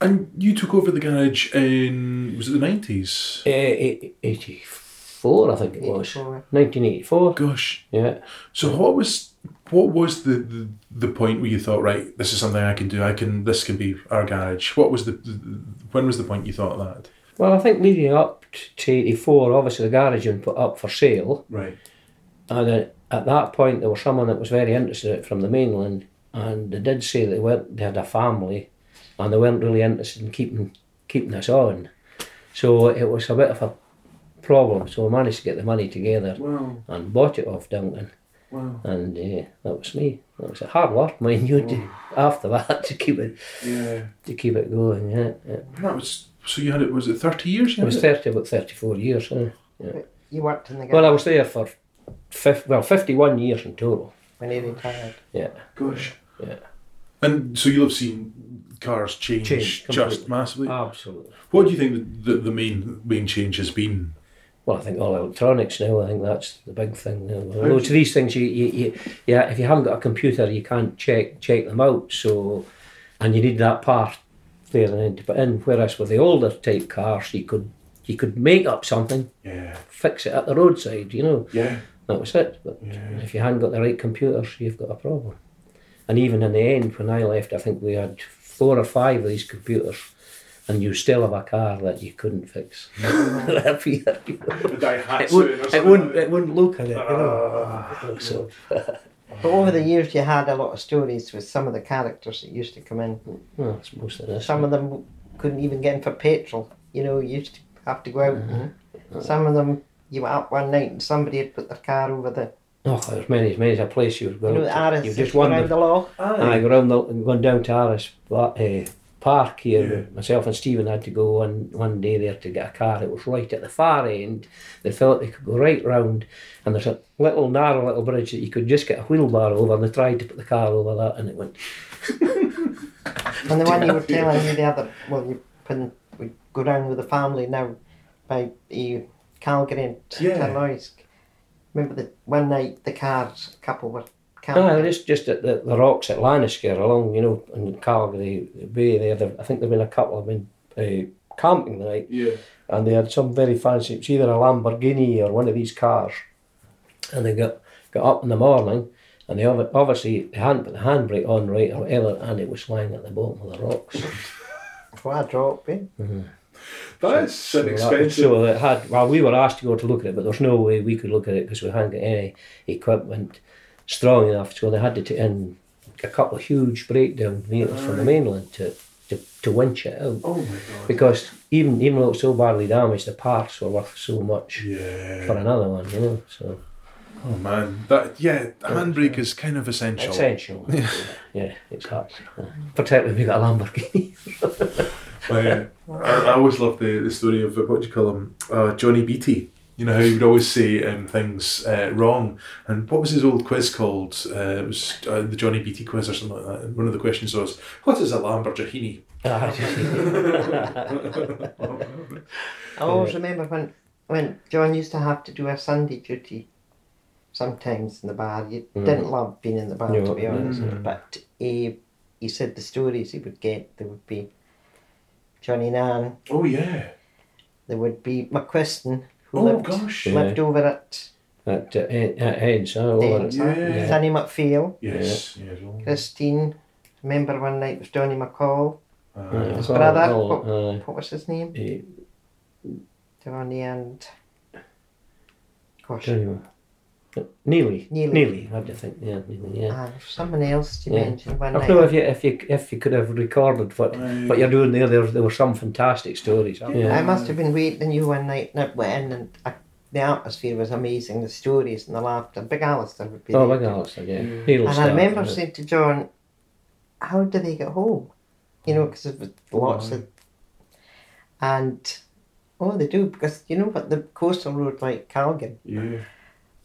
B: And you took over the garage in was it the nineties?
C: eighty four, I think it was.
D: 84.
C: Nineteen eighty four.
B: Gosh.
C: Yeah.
B: So what was what was the, the the point where you thought right this is something I can do I can this can be our garage? What was the, the when was the point you thought that?
C: Well, I think leading up t- to eighty four, obviously the garage had been put up for sale.
B: Right.
C: And uh, at that point, there was someone that was very interested from the mainland, and they did say they weren't, they had a family, and they weren't really interested in keeping keeping us on. So it was a bit of a problem. So we managed to get the money together
B: Wow.
C: and bought it off Duncan,
B: Wow.
C: and uh, that was me. That was a hard work, mind you, to, after that to keep it
B: Yeah.
C: to keep it going. Yeah, yeah.
B: And that was so you had it was it thirty years? You
C: It
B: had
C: was thirty about thirty four years. eh?
D: You worked in the
C: Well, I
D: garden
C: was there for fif- well fifty one years in total.
D: when he retired.
C: Yeah.
B: Gosh.
C: Yeah.
B: And so you'll have seen cars change,
C: Change,
B: just
C: completely.
B: massively.
C: Absolutely.
B: what do you think the, the, the main main change has been?
C: Well, I think all electronics now. I think that's the big thing. Now. Loads of these things, you, you, you, yeah. If you haven't got a computer, you can't check check them out. So, and you need that part there and then to put in. Whereas with the older type cars, you could you could make up something,
B: Yeah.
C: fix it at the roadside. You know
B: Yeah.
C: that was it. But
B: Yeah.
C: if you haven't got the right computers, you've got a problem. And even in the end, when I left, I think we had four or five of these computers, and you still have a car that you couldn't fix. it wouldn't, it wouldn't, it wouldn't look at it. You know? so,
D: But over the years, you had a lot of stories with some of the characters that used to come in.
C: well, that's most of this.
D: Some of them couldn't even get in for petrol. You know, you used to have to go out.
C: Mm-hmm.
D: And some of them, you were up one night and somebody had put their car over the,
C: Oh, there's many, as many as a place you've
D: you
C: gone.
D: know, the Arras.
C: you just
D: around
C: wondered.
D: the law.
C: I go around the, going down to Arras uh, Park here.
B: Yeah.
C: Myself and Stephen had to go one one day there to get a car. It was right at the far end. They felt they could go right round, and there's a little narrow little bridge that you could just get a wheelbarrow over. And they tried to put the car over that, and it went.
D: And the one you were telling me the other, well, you can we go down with the family now by uh, Calgary and
B: Yeah.
D: Ternoisk. Remember the one night the cars couple were
C: No,
D: camping.
C: just just at the, the rocks at Lanascare along, you know, in Calgary Bay there. there- I think there've been a couple have been uh, camping the night,
B: Yeah.
C: and they had some very fancy. It was either a Lamborghini or one of these cars, and they got got up in the morning, and they obvi- obviously they hadn't put the handbrake on right or whatever, and it was lying at the bottom of the rocks.
D: What a drop, eh?
B: That's an
C: So that-
B: expensive.
C: So uh, it had. Well, we were asked to go to look at it, but there's no way we could look at it because we hadn't got any equipment strong enough. So they had to take in a couple of huge breakdown vehicles from the mainland to, to, to winch it out
B: oh my god.
C: because even even though it's so badly damaged, the parts were worth so much
B: Yeah.
C: for another one. You know, so
B: Oh man. That yeah. Handbrake is kind of essential.
C: essential. Yeah, it's hard, particularly if you got a Lamborghini.
B: I, I always love the, the story of what do you call him, uh, Johnny Beatty. You know how he would always say um, things uh, wrong, and what was his old quiz called? Uh, it was uh, the Johnny Beatty quiz or something like that. And one of the questions was, "What is a Lamborghini?"
D: Ah, I always Oh, remember when, when John used to have to do a Sunday duty sometimes in the bar. You didn't love being in the bar,
C: No.
D: to be honest. But he, he said the stories he would get, there would be Johnny Nan,
B: Oh yeah.
D: there would be McQuiston, who
B: Oh
D: lived,
B: gosh.
C: Yeah.
D: lived over at
C: At, uh, en- at Hens, oh, over at-
D: Dens,
B: Yeah.
D: Danny McPhail,
B: Yes. Yeah. well,
D: Christine. Remember one night it was Johnny McCall,
B: uh,
C: uh,
D: his brother.
C: oh,
D: what,
C: uh,
D: what was his name?
C: eh,
D: Johnny and. Gosh.
C: Anyway. Uh, Neely.
D: Neely.
C: Neely, I have to think. Yeah, Neely, yeah.
D: Ah, someone else to
C: Yeah.
D: mention
C: I
D: one
C: don't know
D: night.
C: if you if you if you could have recorded what
B: Aye.
C: what you're doing there. There, there were some fantastic stories.
D: I
C: Yeah.
D: must have been waiting you one night and it went in and I, the atmosphere was amazing, the stories and the laughter. Big Alistair would be
C: Oh
D: there.
C: my God, so, yeah.
B: Mm.
C: Neil
D: And I
C: Stark,
D: remember
C: yeah.
D: saying to John, how do they get home? You know, because there was lots of... And oh, they do because you know what the coastal road like Calgary,
B: Yeah.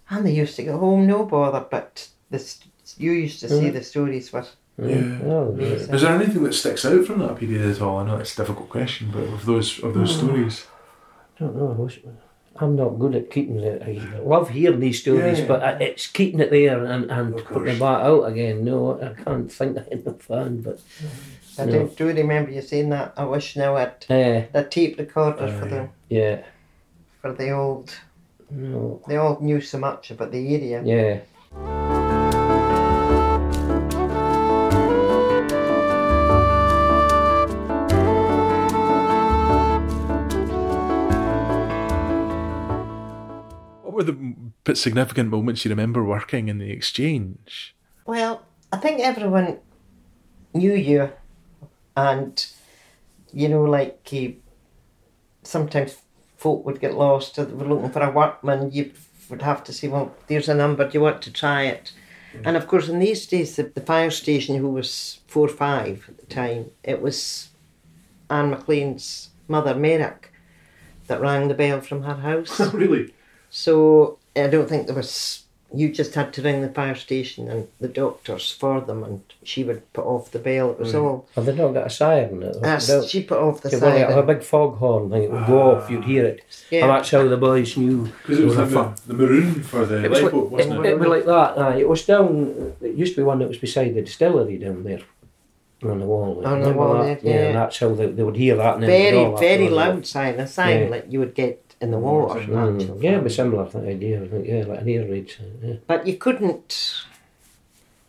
D: and they used to go home no bother. But this you used to see the stories were
B: Yeah.
C: Oh, yeah.
D: amazing.
B: Is there anything that sticks out from that period at all? I know it's a difficult question, but of those of those stories,
C: I don't know. I wish, I'm not good at keeping it. I love hearing these stories,
B: Yeah.
C: but I, it's keeping it there and, and
B: Of
C: putting
B: course.
C: it back out again. No, I can't think of anything fun, but
D: I
C: Yeah.
D: do, do remember you saying that. I wish now I'd
C: uh,
D: a tape recorder for
B: Aye.
D: the
C: yeah,
D: for the old.
C: no,
D: They all knew so much about the area.
C: yeah.
B: what were the m- bit significant moments you remember working in the exchange?
D: Well, I think everyone knew you, and you know, like eh, sometimes folk would get lost or they were looking for a workman. You would have to say, "Well, there's a number. Do you want to try it?" And of course, in these days, the, the fire station, who was four or five at the time, it was Anne McLean's mother, Merrick, that rang the bell from her house.
B: really?
D: So I don't think there was. You just had to ring the fire station and the doctors for them, and she would put off the bell. It was all.
C: Have they not got a siren? It
D: That's, she put off the
C: It was like a
D: siren.
C: big foghorn thing. It would go off. You'd hear it,
D: Yeah.
C: and that's how the boys knew.
B: Because it was
C: Well,
B: like the,
C: fuck.
B: the maroon for the
C: It was,
B: lifeboat,
C: like,
B: wasn't
C: it,
B: it?
C: it was like that. aye. it was down. It used to be one that was beside the distillery down there, on the wall.
D: On the
C: Remember
D: wall,
C: that?
D: yeah,
C: yeah.
D: yeah.
C: And that's how they, they would hear that. And then they'd
D: Very,
C: all
D: very
C: have to-
D: loud siren. A siren
C: Yeah.
D: like you would get in the water.
C: Mm,
D: actually.
C: yeah, but similar to that idea. I think, yeah, like an ear raid. Yeah.
D: But you couldn't.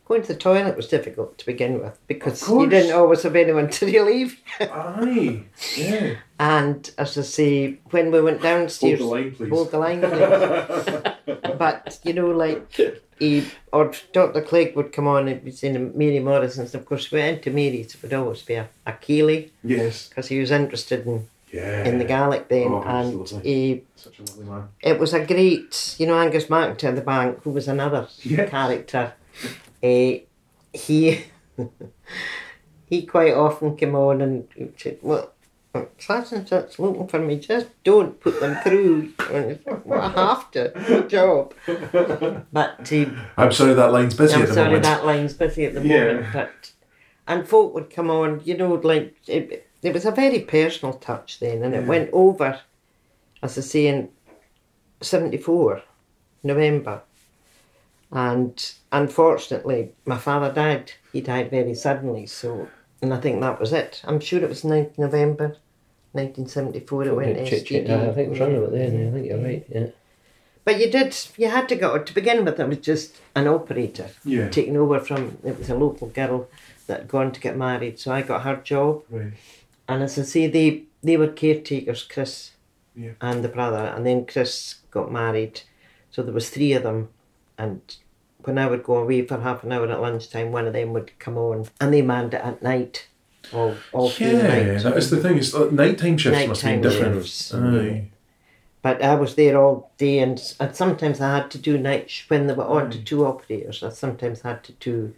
D: Going to the toilet was difficult to begin with because you
B: course.
D: didn't always have anyone to relieve.
B: Aye. Yeah.
D: And as I say, when we went
B: Hold
D: downstairs,
B: the line, please.
D: hold the line. Dave. but you know, like he or Dr. Clegg would come on and be saying Mary Morrison's. Of course, we went into Mary's. It would always be a, a Keeley
B: yes.
D: because he was interested in,
B: Yeah.
D: in the Gaelic then,
B: Oh,
D: and
B: absolutely.
D: he.
B: Such a lovely man.
D: It was a great, you know, Angus Markton at the bank, who was another
B: Yes.
D: character. Uh, he he quite often came on and said, "Well, such and such looking for me. Just don't put them through. I have to good job." But um, he,
B: I'm sorry that line's busy
D: I'm
B: at the
D: sorry
B: moment.
D: that line's busy at the
B: Yeah.
D: moment. But and folk would come on, you know, like it, it was a very personal touch then, and it
B: Yeah.
D: went over, as I say, in '74, November, and unfortunately, my father died. He died very suddenly, so and I think that was it. I'm sure it was 9th November. 1974 it went
C: Chit- chit-
D: STD.
C: I think it was around about then. I think you're right. Yeah.
D: But you did, you had to go. To begin with, it was just an operator
B: Yeah.
D: taken over from, it was a local girl that had gone to get married. So I got her job.
B: Right.
D: And as I say, they, they were caretakers, Chris
B: Yeah.
D: and the brother. And then Chris got married. So there was three of them. And when I would go away for half an hour at lunchtime, one of them would come on. And they manned it at night. All, all through the
B: Yeah,
D: night.
B: that is the thing. It's like nighttime shifts must be
D: Nighttime
B: different.
D: shifts.
B: Aye.
D: But I was there all day, and, and sometimes I had to do nights when they were on
B: Mm.
D: to two operators. I sometimes had to do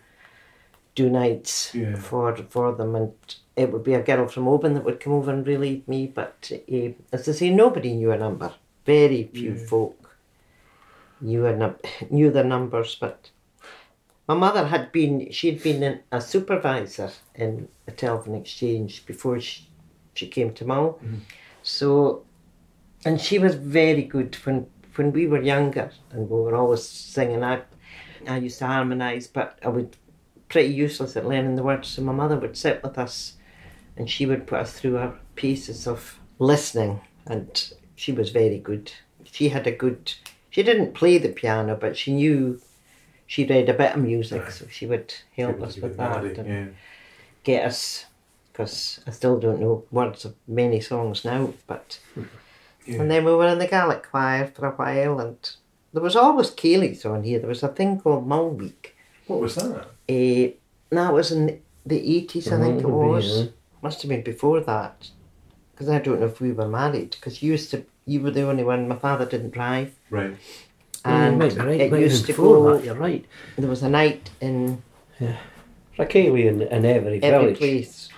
D: do nights
B: Yeah.
D: for for them, and it would be a girl from Oban that would come over and relieve me. But eh, as I say, nobody knew a number. Very few
B: Yeah.
D: folk knew a num- knew their numbers. But my mother had been she'd been an, a supervisor in a telephone exchange before she she came to Mull.
B: Mm-hmm.
D: So and she was very good when when we were younger and we were always singing I I used to harmonise but I was pretty useless at learning the words so my mother would sit with us and she would put us through our pieces of listening and she was very good. She had a good she didn't play the piano but she knew she read a bit of music so she would help us with that and
B: Yeah.
D: get us because I still don't know words of many songs now but
B: Yeah.
D: and then we were in the Gaelic choir for a while, and there was always Keeley's on here. There was a thing called Mull Week.
B: What was that?
D: Eh, that was in the eighties, I think it
C: Mhm,
D: was.
C: yeah.
D: Must have been before that, because I don't know if we were married. Because you used to, you were the only one. My father didn't drive,
B: Right.
C: Mm,
D: and
C: right, right,
D: it
C: right,
D: used to
C: and before
D: go.
C: That, you're right.
D: There was a night in
C: Rakeli in, in every,
D: every
C: village.
D: place,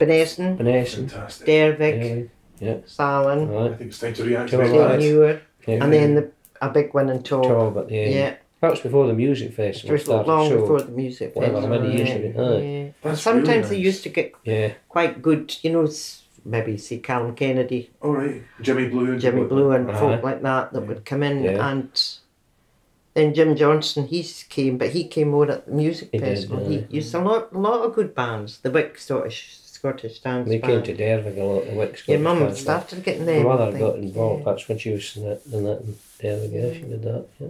D: Benesson,
C: In Essen.
B: Fantastic.
D: Dervik,
C: eh, Yeah.
D: Salon,
B: I
C: Aye.
B: think it's time to reactivate
C: Tell
D: St.
C: Right.
B: that.
D: Ewer,
C: Yeah,
D: and then the, a big one in Tall.
C: Tall at the end.
D: Yeah,
C: That was before the music festival
D: just
C: started.
D: long
C: so,
D: before the music
C: whatever,
D: festival.
C: many years
D: yeah.
C: ago, aye.
D: yeah.
B: That's
D: Sometimes
B: really
D: they
B: nice.
D: used to get
C: Yeah,
D: quite good, you know, s- maybe see Callum Kennedy,
B: All right, Jimmy Blue and
D: Jimmy Blue, and
C: Aye.
D: folk like that that would come in.
C: Uh-huh. Yeah.
D: And then Jim Johnson, he came, but he came more at the music
C: He did,
D: festival.
C: aye.
D: He used a lot, lot of good bands, the Wick Scottish Scottish dance
C: they came
D: band.
C: to Dervig a lot. The Wicks
D: Your
C: got
D: mum
C: involved.
D: started getting
C: My
D: them. I
C: mother
D: think,
C: got involved.
D: yeah.
C: That's when she was in that in that in Dervig. Yeah, she did that. Yeah.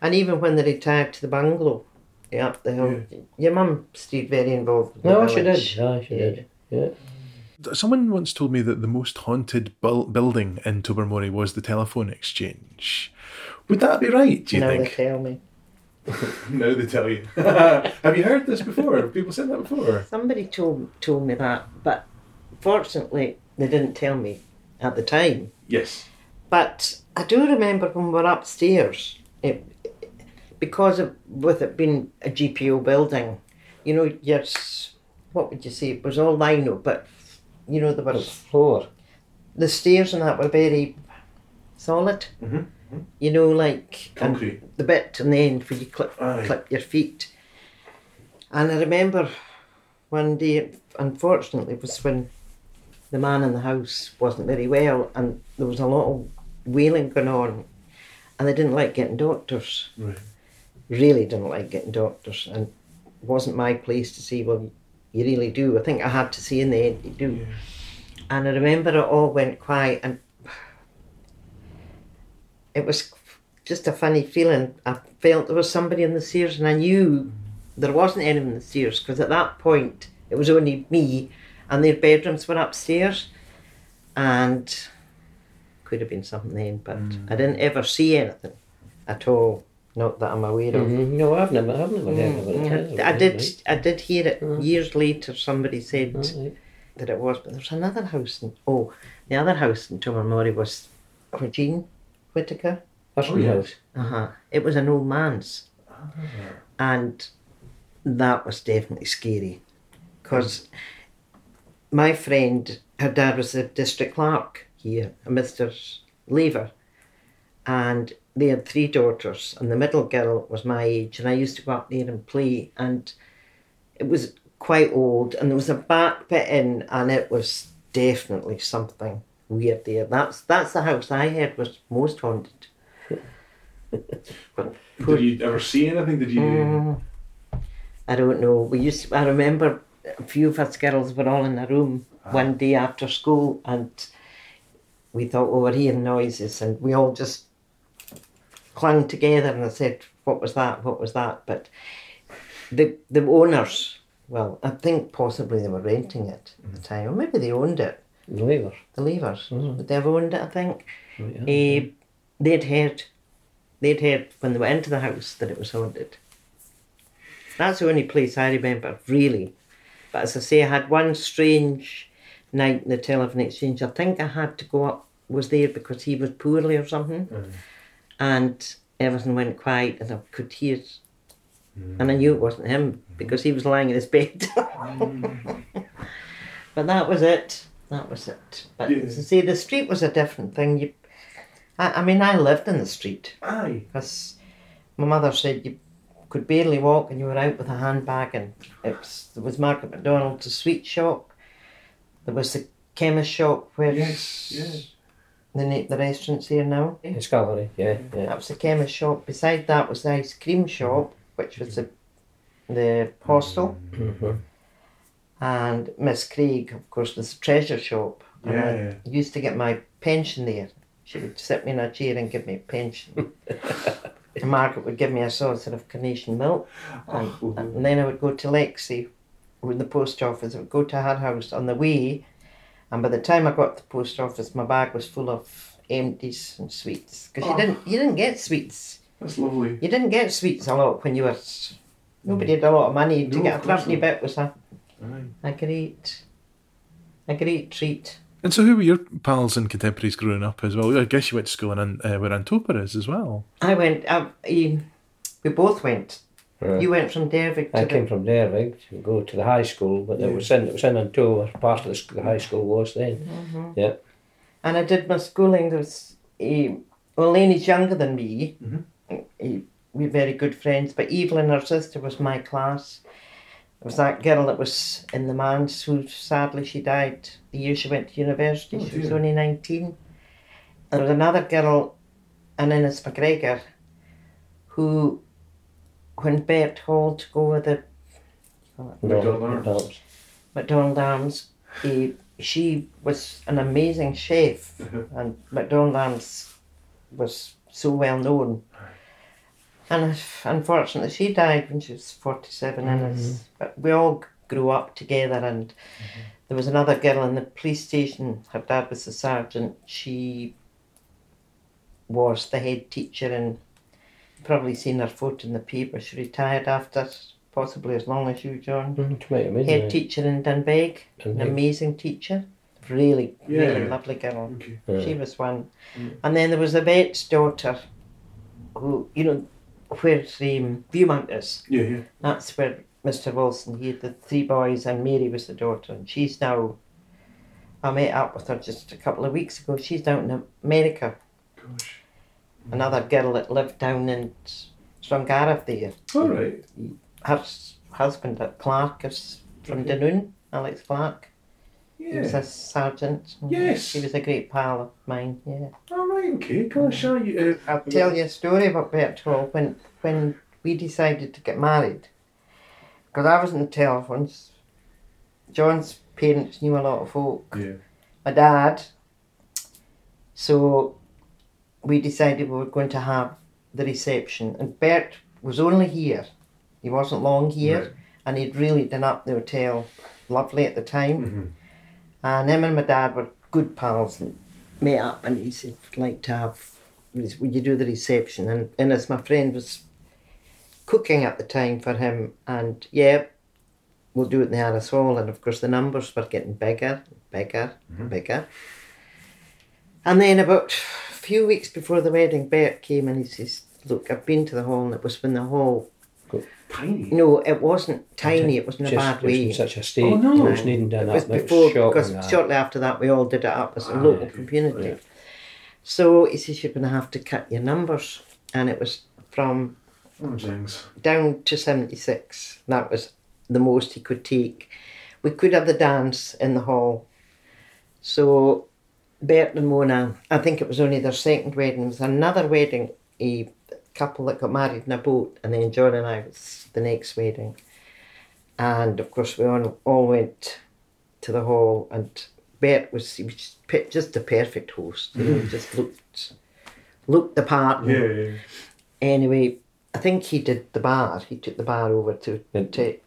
D: And even when they retired to the bungalow, yeah, up the hill, your mum stayed very involved. With the
C: No, she did.
D: village.
C: Yeah, she did. Yeah.
B: Uh, Someone once told me that the most haunted bu- building in Tobermory was the telephone exchange. Would that be right, do you
D: now
B: think?
D: they tell me.
B: now they tell you. Have you heard this before? Have people said that before?
D: Somebody told told me that, but fortunately they didn't tell me at the time.
B: Yes.
D: But I do remember when we were upstairs, it, because of, with it being a GPO building, you know, your s what would you say? It was all lino, but you know there
C: The
D: was
C: floor.
D: the stairs and that were very solid.
B: Mhm,
D: You know, like and
B: Concrete.
D: the bit and the end where you clip
B: Aye.
D: clip your feet. And I remember one day, unfortunately, it was when the man in the house wasn't very well, and there was a lot of wailing going on, and they didn't like getting doctors.
B: Right.
D: Really didn't like getting doctors, and it wasn't my place to say, well, you really do. I think I had to say in the end, you do.
B: Yeah.
D: And I remember it all went quiet, and it was just a funny feeling. I felt there was somebody in the stairs, and I knew there wasn't anyone in the stairs because at that point it was only me, and their bedrooms were upstairs, and could have been something then, but I didn't ever see anything at all. Not that I'm aware of. Mm.
C: Mhm. No, I've never, I've never heard of it.
D: Mm-hmm. I, I did. I did hear it
C: Mm.
D: years later. Somebody said
C: Right.
D: that it was, but there was another house in oh, the other house in Tobermory was Regine Whittaker.
C: That's
B: Oh,
C: my
B: yeah.
C: house.
D: Uh huh. It was an old man's, and that was definitely scary, because my friend, her dad was the district clerk here, a Mister Lever, and they had three daughters, and the middle girl was my age, and I used to go up there and play, and it was quite old, and there was a back bit in, and it was definitely something weird there. That's that's the house I heard was most haunted.
B: Did you ever see anything? Did you?
D: Mm. I don't know. We used. To, I remember a few of us girls were all in a room one day after school, and we thought we were hearing noises, and we all just clung together. And I said, "What was that? What was that?" But the the owners. Well, I think possibly they were renting it at the time, or maybe they owned it.
C: Labour.
D: The Levers,
C: Mm.
D: but they've owned it, I think.
C: Right, yeah.
D: Eh, they'd heard, they'd heard when they went into the house that it was haunted. That's the only place I remember really. But as I say, I had one strange night in the telephone exchange. I think I had to go up. Was there because he was poorly or something,
B: Mm.
D: and everything went quiet, and I could hear,
B: Mm.
D: and I knew it wasn't him because he was lying in his bed. but that was it. That was it. But
B: Yeah.
D: as I say, the street was a different thing. You, I, I mean, I lived in the street
B: Aye.
D: because my mother said you could barely walk and you were out with a handbag and it was, there was Margaret McDonald's sweet shop there was the chemist shop where
B: Yes, yes.
D: the, na- the restaurant's here now
C: In Scotland, yeah, yeah.
D: that was the chemist shop beside that was the ice cream shop which was the the hostel Mm-hmm.
C: Mhm.
D: and Miss Craig of course was the treasure shop and I
B: Yeah.
D: used to get my pension there she would sit me in a chair and give me a pension And Margaret would give me a saucer of carnation milk, and,
B: Oh.
D: and then I would go to Lexi, with the post office. I would go to her house on the way, and by the time I got to the post office, my bag was full of empties and sweets because
B: Oh.
D: you didn't you didn't get sweets.
B: That's lovely.
D: You didn't get sweets a lot when you were. s- Nobody had a lot of money
B: Mm.
D: to
B: No,
D: get
B: of
D: a
B: course
D: threepenny
B: not.
D: bit was a,
B: Aye.
D: a great, a great treat.
B: And so, who were your pals and contemporaries growing up as well? I guess you went to school in uh, where Antopa is as well.
D: I went. I, I, we both went.
C: Right.
D: You went from Dervig to
C: I
D: the-
C: came from Dervig to go to the
B: Mm-hmm.
C: high school, but it was in it was in Antover, part of the, sc- the high school was then. Yeah,
D: And I did my schooling. There was a, well, Laney's younger than me.
B: Mm-hmm.
D: Eh, we're very good friends, but Evelyn, her sister, was my class. It was that girl that was in the manse who sadly she died the year she went to university.
B: Oh,
D: she was
B: dear.
D: only 19. There was another girl, an Innes McGregor, who, when Bert Hall took over the
B: McDonald's.
C: McDonald's.
D: McDonald Arms. He, she was an amazing chef, and McDonald Arms was so well known. And unfortunately, she died when she was 47, and it's, but we all g- grew up together. And there was another girl in the police station, her dad was the sergeant, she was the head teacher, and you've probably seen her photo in the paper. She retired after possibly as long as you, John
C: Mm, it's quite amazing,
D: head
C: eh?
D: teacher in Dunbeg, an
C: Dunbeg.
D: amazing teacher, really, really
B: Yeah. Mm.
D: lovely girl.
B: Okay.
C: Yeah.
D: She was one. And then there was the vet's daughter, who, you know, where the um, Viewmount is,
B: Yeah, yeah.
D: that's where Mr. Wilson, he had the three boys, and Mary was the daughter, and she's now. I met up with her just a couple of weeks ago. She's down in America.
B: Gosh.
D: Another girl that lived down in Strongariff there.
B: All right.
D: Her s- husband at Clark is from
B: Okay.
D: Dunoon, Alex Clark. He was
B: Yeah.
D: a sergeant. and
B: Yes.
D: He was a great pal of mine, yeah.
B: All right. Okay. Gosh. I you. Uh,
D: I'll tell you a story about Bert Hall when, when we decided to get married. Because I was in the telephones. John's parents knew a lot of folk.
B: Yeah.
D: My dad. So we decided we were going to have the reception. And Bert was only here. He wasn't long here.
B: Right.
D: And he'd really done up the hotel lovely at the time.
B: Mhm.
D: And him and my dad were good pals and met up and he said, "I'd like to have, would you do the reception? And, and as my friend was cooking at the time for him, and yeah, we'll do it in the Harris Hall. And of course, the numbers were getting bigger, bigger, bigger. And then about a few weeks before the wedding, Bert came and he says, Look, I've been to the hall, and it was when the hall,
B: Tiny.
D: no, it wasn't tiny, it was in a
C: Just-
D: bad
C: it was
D: way.
C: in such a state.
B: Oh, no.
C: It was needing done
D: It
C: up.
D: was
C: and
D: before,
C: shocking,
D: because
C: that.
D: shortly after that we all did it up as a
B: Ah,
D: local
B: okay.
D: community.
B: Right.
D: So he says, You're going to have to cut your numbers. And it was from
B: Oh, Jings.
D: down to 76. That was the most he could take. We could have the dance in the hall. So Bert and Mona, I think it was only their second wedding, it was another wedding, a couple that got married in a boat, and then John and I was the next wedding. And of course, we all, all went to the hall, and Bert was, he was just pe- just a perfect host. You know, just looked looked the part.
B: Yeah. yeah.
D: Anyway, I think he did the bar. He took the bar over to
C: Yeah.
D: take.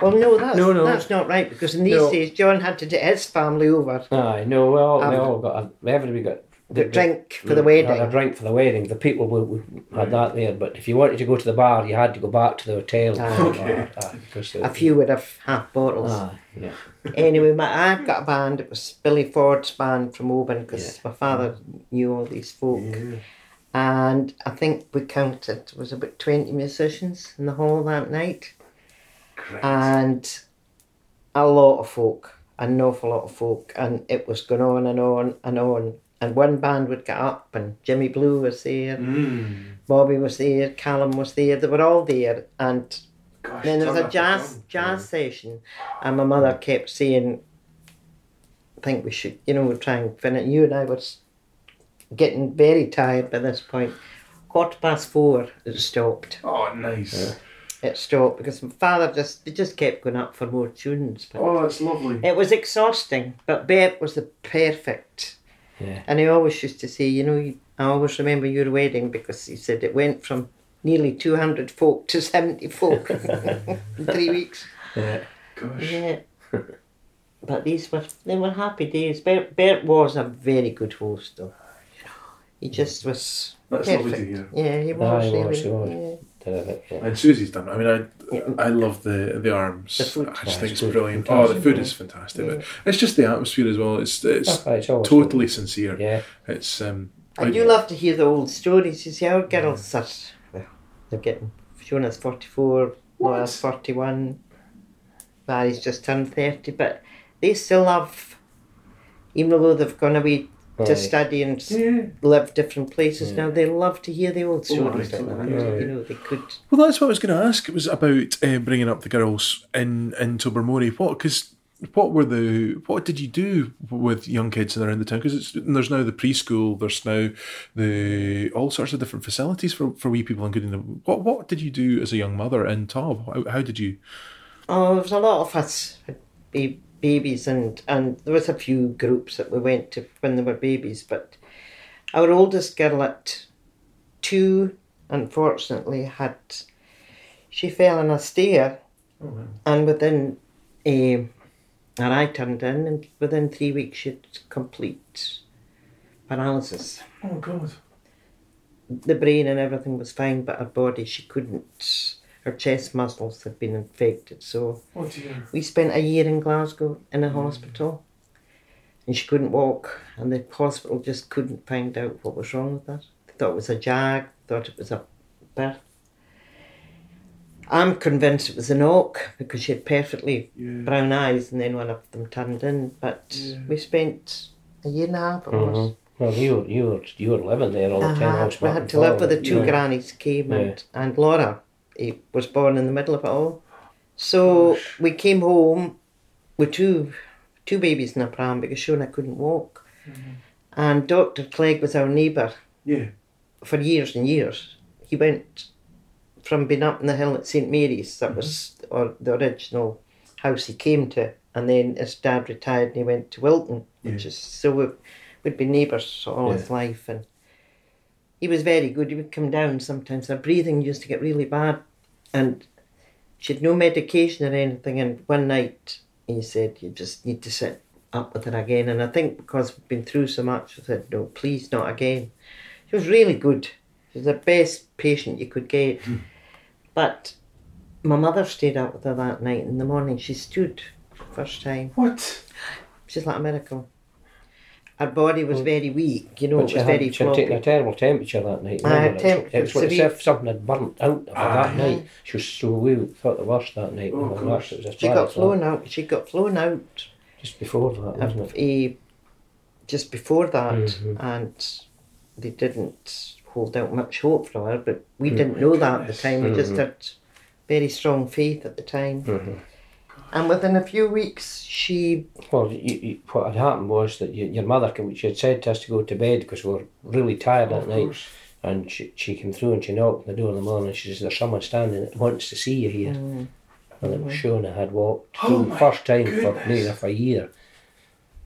D: Well, no, that's
C: No, no.
D: that's not right because in these
C: No.
D: days John had to take his family over
C: Aye, no, well,
D: Um,
C: they all got a, everybody got
D: the drink for the
C: they Had a
D: wedding.
C: drink for the wedding. The people were, were, had that there, but if you wanted to go to the bar, you had to go back to the hotel.
D: Ah.
C: okay. Aye, because they-
D: A few would have half bottles.
C: Aye, yeah.
D: Anyway, my I've got a band. It was Billy Ford's band from Oban because my father knew all these folk,
B: Yeah.
D: and I think we counted there was about twenty musicians in the hall that night.
B: Great.
D: and a lot of folk, an awful lot of folk, and it was going on and on and on. And one band would get up, and Jimmy Blue was there,
B: Mm.
D: Bobby was there, Callum was there. They were all there, and
B: Gosh,
D: then there
B: tongue
D: was a
B: after
D: jazz
B: tongue.
D: jazz session, and my mother
B: Mm.
D: kept saying, "I think we should, you know, try and finish." You and I were s- getting very tired by this point. Quarter past four, it stopped
B: Oh, nice.
D: it stopped because my father just they just kept going up for more tunes. But
B: Oh, that's lovely.
D: it was exhausting, but Bert was the perfect.
C: Yeah.
D: And he always used to say, you know, you- I always remember your wedding because he said it went from nearly 200 folk to 70 folk in three weeks.
B: Gosh.
D: Yeah. But these were they were happy days. Bert, Bert was a very good host, though. He just was
B: That's lovely
D: perfect.
B: to hear.
D: Yeah, he was.
C: he
D: really.
C: was, he was.
D: yeah.
C: Terrific, yeah.
B: And Susie's done. it. I mean, I
D: Yeah.
B: I love the the arms.
D: The food.
B: I just
C: Yeah,
B: think it's
C: it's good.
B: brilliant. Oh, the
C: Fantastic.
B: food is fantastic, but it's just the atmosphere as well. It's it's
C: Aye, it's always
B: totally sincere.
C: good. Yeah.
B: It's um.
D: I do love to hear the old stories. You see, our girls are well, they're getting Fiona's forty four, Laura's forty one, Barry's just turned thirty, but they still love, even though they've gone away
C: Aye.
D: to study and s-
B: Yeah.
D: live different places. Now they love to hear the old
B: Oh,
D: stories
B: aye,
D: like that.
B: aye.
D: You know, they could.
B: Well, that's what I was going to ask. It was about uh, bringing up the girls in in Tobermory. What because what were the what did you do with young kids around the town? Because there's now the preschool. There's now the all sorts of different facilities for for wee people, including the what what did you do as a young mother in Tob? How, how did you?
D: Oh, there was a lot of us had ba- babies, and and there was a few groups that we went to when they were babies. But our oldest girl at two, unfortunately, had she fell on a stair, and within um, and I turned in, and within three weeks she'd complete paralysis.
B: Oh God!
D: The brain and everything was fine, but her body she couldn't. Her chest muscles had been infected, so.
B: Oh dear!
D: We spent a year in Glasgow in a hospital and she couldn't walk and the hospital just couldn't find out what was wrong with her. They thought it was a jag, thought it was a birth. I'm convinced it was an oak because she had perfectly
B: Yeah.
D: brown eyes and then one of them turned in, but we spent a year and a half it was.
C: Well, you were, you were, you were living there all the time. I
D: Uh-huh.
C: was
D: We
C: back
D: had
C: and
D: to live with the
C: forward.
D: two
B: yeah.
D: grannies came
C: Yeah.
D: and, and Laura he was born in the middle of it all. So we came home with two two babies in a pram because Shona couldn't walk.
C: Mm-hmm.
D: And Dr. Clegg was our neighbour
B: Yeah.
D: for years and years. He went from being up in the hill at St Mary's, that was
C: Mm-hmm.
D: or the original house he came to, and then his dad retired and he went to Wilton, which is so we, we'd been neighbours all his life. And he was very good. He would come down sometimes. Her breathing used to get really bad, and she had no medication or anything. And one night he said, "You just need to sit up with her again." And I think because we've been through so much, I said, "No, please, not again." She was really good. She was the best patient you could get.
C: Hmm.
D: but my mother stayed out with her that night. In the morning, she stood first time.
B: What?
D: She's like a miracle. Her body was very weak, you know,
C: But
D: it
C: she
D: was
C: had,
D: very
C: she had taken
D: floppy.
C: a terrible temperature that night.
D: Aye,
C: remember? It was-
D: temp- Uh-huh.
C: it was what
D: severe-
C: as if something had burnt out of her
B: Aye.
C: that night. She was so ill, thought the worst that night.
B: Oh,
C: the
B: gosh.
C: worst. It was as
D: She
C: bad
D: got
C: as
D: flown
C: that.
D: out. She got flown out
C: Just before that, wasn't it? Mm-hmm.
D: eh, just before that, and they didn't hold out much hope for her. But
C: Mm.
D: we didn't know that at the time. We
C: Mm-hmm.
D: just had very strong faith at the time. And within a few weeks, she
C: Well, you, you, what had happened was that you, your mother, came, she had said to us to go to bed because we were really tired that night. And she, she came through and she knocked on the door in the morning and she says, There's someone standing that wants to see you here.
D: Mm-hmm.
C: And it was Shona had walked
B: Oh
C: through
B: my
C: first time for
B: goodness.
C: near for a year.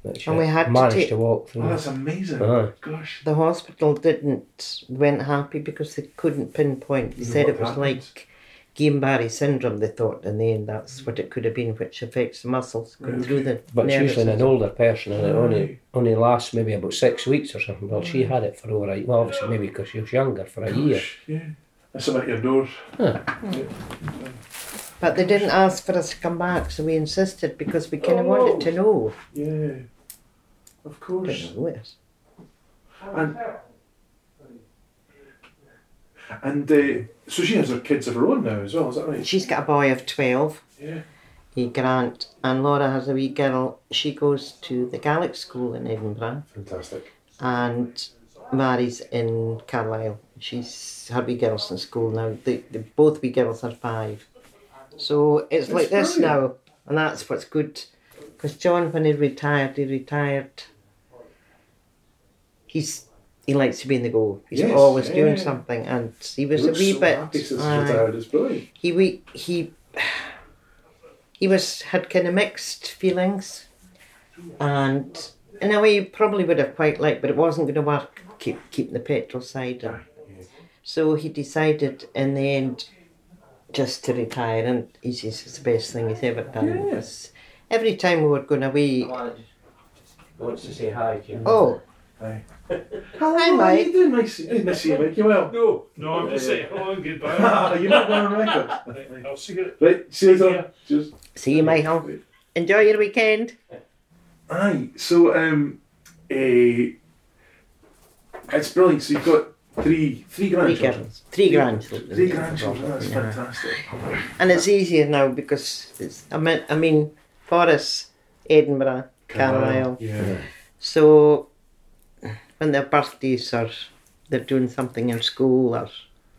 C: That she
D: And we had to
C: managed
D: take-
C: to walk through.
B: Oh,
C: Uh-huh.
B: amazing!
C: Aye.
B: Gosh.
D: the hospital didn't went happy because they couldn't pinpoint. They
B: You know
D: said
B: what
D: it was
B: happened?
D: like Guillain-Barre syndrome. They thought in the end that's what it could have been, which affects the muscles going
B: Right.
D: through the
C: Mm-hmm. But it's
D: nervous
C: usually an
D: system.
C: older person and it
B: Aye.
C: only only lasts maybe about six weeks or something. Well,
D: Mm-hmm.
C: she had it for over a well, obviously maybe because she was younger for a year.
B: Yeah. That's about your doors.
D: But they didn't ask for us to come back, so we insisted because we
B: Oh,
D: kind of wanted to know.
B: Yeah. Of course.
D: Didn't know it.
B: And, and uh, so she has her kids of her own now as well, is that right?
D: She's got a boy of twelve.
B: Yeah.
D: He Grant and Laura has a wee girl. She goes to the Gaelic school in Edinburgh.
B: Fantastic.
D: and Mary's in Carlisle. She's her wee girls in school now. The, the both wee girls are five, so it's like this now, and that's what's good. Because John, when he retired, he retired. He's he likes to be in the go. He's
B: Yes,
D: always doing
B: yeah.
D: something, and he
B: He
D: was a
B: looks
D: wee
B: so
D: bit.
B: happy since
D: aye
B: he's retired, it's brilliant.
D: he we he he was had kind of mixed feelings, and in a way he probably would have quite liked, but it wasn't going to work. Keep keep the petrol side, and so he decided in the end just to retire, and he says it's the best thing he's ever done. Because Every time we were going away,
C: Wants to say hi to you.
D: oh,
B: Hello,
D: Hi,
B: how are
D: Mike.
B: you doing? Nice, nice to see you, Mike. You well?
F: No, no, I'm just saying hello and
B: Ah,
F: goodbye.
B: You're not going on record.
F: I'll see you.
B: Right, see you later. Cheers.
D: see you, Michael. Enjoy your weekend.
B: Aye, so um, eh, it's brilliant. So you've got three, three
D: Three
B: grandchildren.
D: girls, three grandchildren.
B: Three grandchildren. That's fantastic.
D: And it's easier now because it's, I mean, I mean,
B: Ah.
D: Forest, Edinburgh, Carlisle.
B: Yeah.
D: So when their birthdays or they're doing something in school or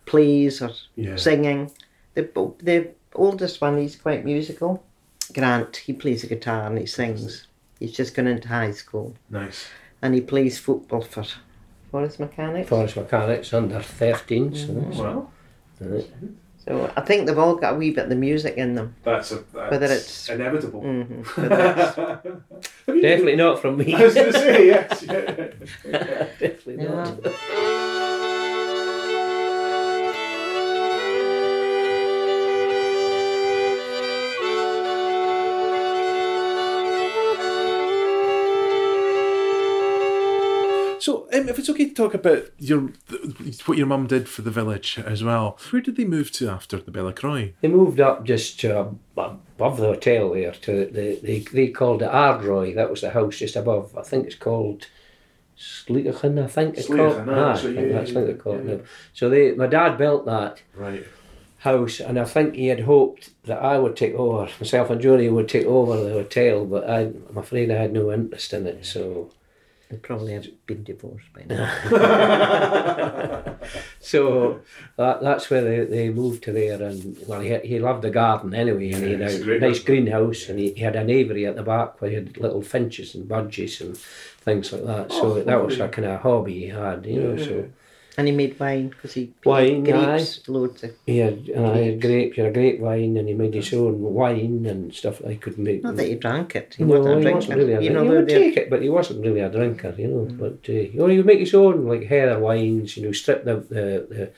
D: plays or
B: Yeah.
D: singing. The, bo- the oldest one, he's quite musical. Grant, he plays the guitar and he sings. He's just gone into high school
B: Nice.
D: and he plays football for Forest Mechanics.
C: Forest Mechanics under 13. So that's-
B: Wow.
C: right.
D: So I think they've all got a wee bit of the music in them.
B: That's a that's
D: Whether it's-
B: inevitable.
D: hmm But that's,
B: Have you-
C: Definitely not from me.
B: I was going to say yes. yeah.
C: Definitely not.
D: Yeah.
B: So, um, if it's okay to talk about your th- what your mum did for the village as well, where did they move to after the Bellacroy?
C: They moved up just to ab- above the hotel there. To the, they they called it Ardroy. That was the house just above. I think it's called Sleachan. I think it's called.
B: Sleachan,
C: Ah,
B: ah,
C: I
B: so
C: think
B: yeah,
C: that's
B: yeah,
C: what they call it
B: yeah.
C: now. So they, my dad built that
B: Right.
C: house, and I think he had hoped that I would take over. Myself and Johnny would take over the hotel, but I, I'm afraid I had no interest in it. So
D: they probably have been divorced by now.
C: So that, that's where they, they moved to there, and well, he, he loved the garden anyway, and he had
B: Yeah, it's
C: a
B: a great
C: nice
B: garden.
C: greenhouse, and he, he had an aviary at the back where he had little finches and budgies and things like that.
B: Oh,
C: So that was a
B: lovely.
C: kind of hobby he had, you know. So
D: And he made wine because he
C: Wine,
D: grapes, loads of.
C: he had, and I had grapes, he had a grapevine, and he made his own wine and stuff. that he could make.
D: Not that he drank it. He
C: No,
D: wasn't a
C: he
D: drinker.
C: wasn't really a
D: you
C: drinker.
D: know, Hmm.
C: He
D: they're-
C: would
D: they're-
C: take it, but he wasn't really a drinker, you know. But uh, you know, he would make his own like heather wines. You know, strip the the, the,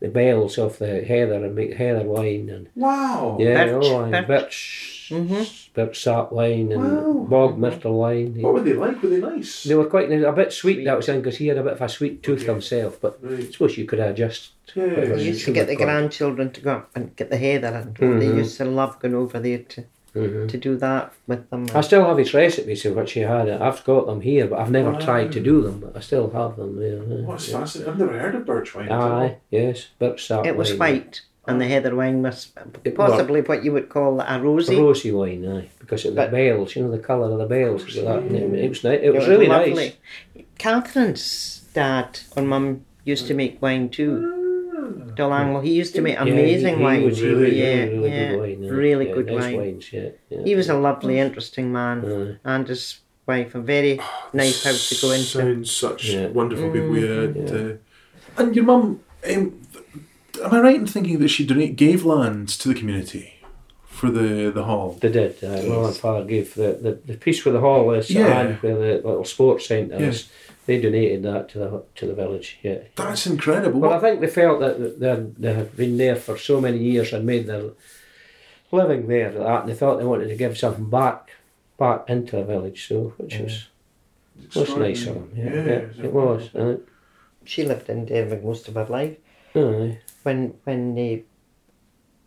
C: the bells off the heather and make heather wine and
B: Wow.
C: yeah,
D: Birch,
C: oh, and
D: birch.
C: birch,
D: Mhm.
C: birch sap wine and
B: Wow.
D: Mm-hmm.
C: bog myrtle wine.
B: What were they like? Were they nice?
C: They were quite nice, a bit sweet,
D: Sweet.
C: that was in because he had a bit of a sweet tooth
B: Okay.
C: himself, but I
B: Right.
C: suppose you could adjust.
B: Yeah,
C: But
B: yeah,
D: They
C: you
D: used to
C: should
D: get the
C: have gone.
D: grandchildren to go up and get the heather, and they
C: Mhm.
D: used to love going over there to,
C: Mhm.
D: to do that with them.
C: I still have his recipes of which he had. I've got them here, but I've never
B: Wow.
C: tried to do them, but I still have them. Yeah. yeah.
B: What's fascinating? I've never heard of birch wine.
C: Aye, yes, birch sap.
D: it was
C: wine.
D: white, and the heather wine was
C: It was.
D: possibly what you would call a rosy.
C: Rosy wine, aye, because of the
D: But-
C: bales, you know, the colour of the bales. it was that, and it, it was nice. It
D: It
C: was really
D: lovely.
C: nice.
D: Catherine's dad and mum used to make wine too.
B: Ah.
D: Dolango, he used to make
C: Yeah, he-
D: amazing
C: he
D: wine.
C: was really,
D: yeah,
C: really, really
D: yeah,
C: good wine. aye.
D: really
C: Yeah,
D: good
C: nice
D: wine.
C: wines, yeah, yeah.
D: He was a lovely, interesting man,
C: Aye. Oh,
D: and his wife, a very nice house to go into.
B: Sounds such
C: Yeah. Mm,
B: wonderful people. Yeah.
C: Yeah.
B: uh, and your mum, um, th- am I right in thinking that she donate gave land to the community for the the hall?
C: They did. Uh, Mum and Father gave the, the, the piece where the hall is
B: Yeah.
C: and where the little sports centre
B: Yeah.
C: is. They donated that to the to the village. Yeah.
B: That's incredible.
C: Well, I think they felt that they they had been there for so many years and made their living there and that, and they thought they wanted to give something back back into the village. So which was was nice of them. Yeah, yeah, it was. Uh,
D: She lived in Denver most of her life.
C: aye.
D: When when they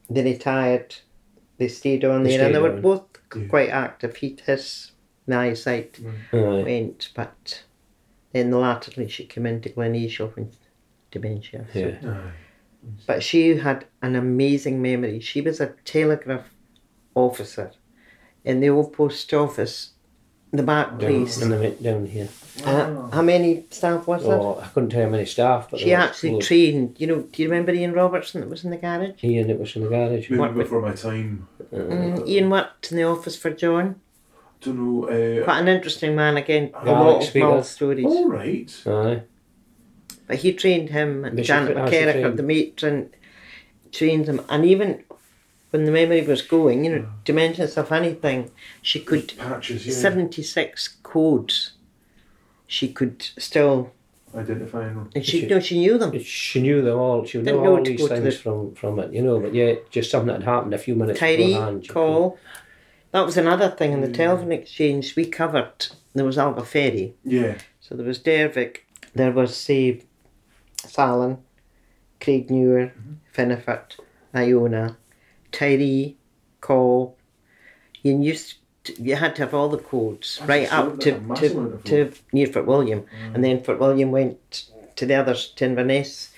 D: they retired, they stayed on
C: They
D: there, and they
C: stayed
D: were
C: on.
D: both
B: Yeah.
D: quite active. He his the eyesight
C: aye.
D: went, but then latterly she came into Gleneagles with dementia. so-
C: Yeah.
D: But she had an amazing memory. She was a telegraph officer in the old post office, the back
C: Down,
D: place.
C: and they went down here.
D: Uh, how many staff was there?
C: Oh, I couldn't tell how many staff, but
D: She
C: there was
D: actually
C: loads.
D: trained. You know, do you remember Ian Robertson that was in the garage?
C: Ian, it was in the garage.
B: Maybe
D: What-
B: before my time.
D: Mm, Ian worked in the office for John.
B: Don't know. Uh,
D: Quite an interesting man again. A
C: Yeah, Oh.
D: lot
C: Alex
D: of small
C: Wheeler.
D: stories.
B: all right.
C: Aye.
D: But he trained him and
C: But she
D: Janet
C: tra- oh, she
D: McCarrick,
C: trained-
D: the matron, trained him. And even when the memory was going, you know, dimensions of anything, she could
B: Patches. Yeah.
D: 76 codes she could still
B: Identifying them.
D: and she
C: She-
D: no she knew them
C: She knew them all. She knew
D: Didn't know
C: all
D: to
C: these
D: go to
C: things
D: the-
C: from from it, you know. But yeah, just something that had happened a few minutes
D: Tyree
C: beforehand. you know.
D: call that was another thing in the telephone exchange we covered there was Alba Ferry
B: Yeah.
D: so there was Dervik there was say Fallon Craig Newer
B: Mm-hmm.
D: Finnefort Iona Tyree Call you used to, you had to have all the codes
B: That's
D: right
B: a
D: up
B: sort
D: to
B: of a massive amount
D: to,
B: of Mm.
D: to near Fort William, and then Fort William went to the others to Inverness.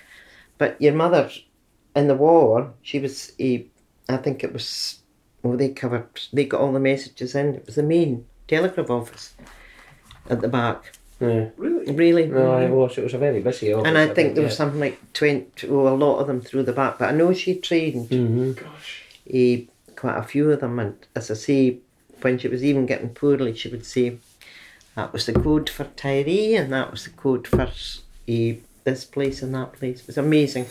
D: But your mother, in the war, she was a, I think it was, well they covered, they got all the messages in. It was the main telegraph office at the back,
C: Yeah.
B: Really?
D: really. Mm-hmm.
C: No, it was. It was a very busy office.
D: Mm. and I think there was something like 20, oh, a lot of them through the back, but I know she trained
C: Mm-hmm.
B: Gosh.
D: eh, quite a few of them. And as I say, when she was even getting poorly, she would say, that was the code for Tyree, and that was the code for eh, this place and that place. It was amazing.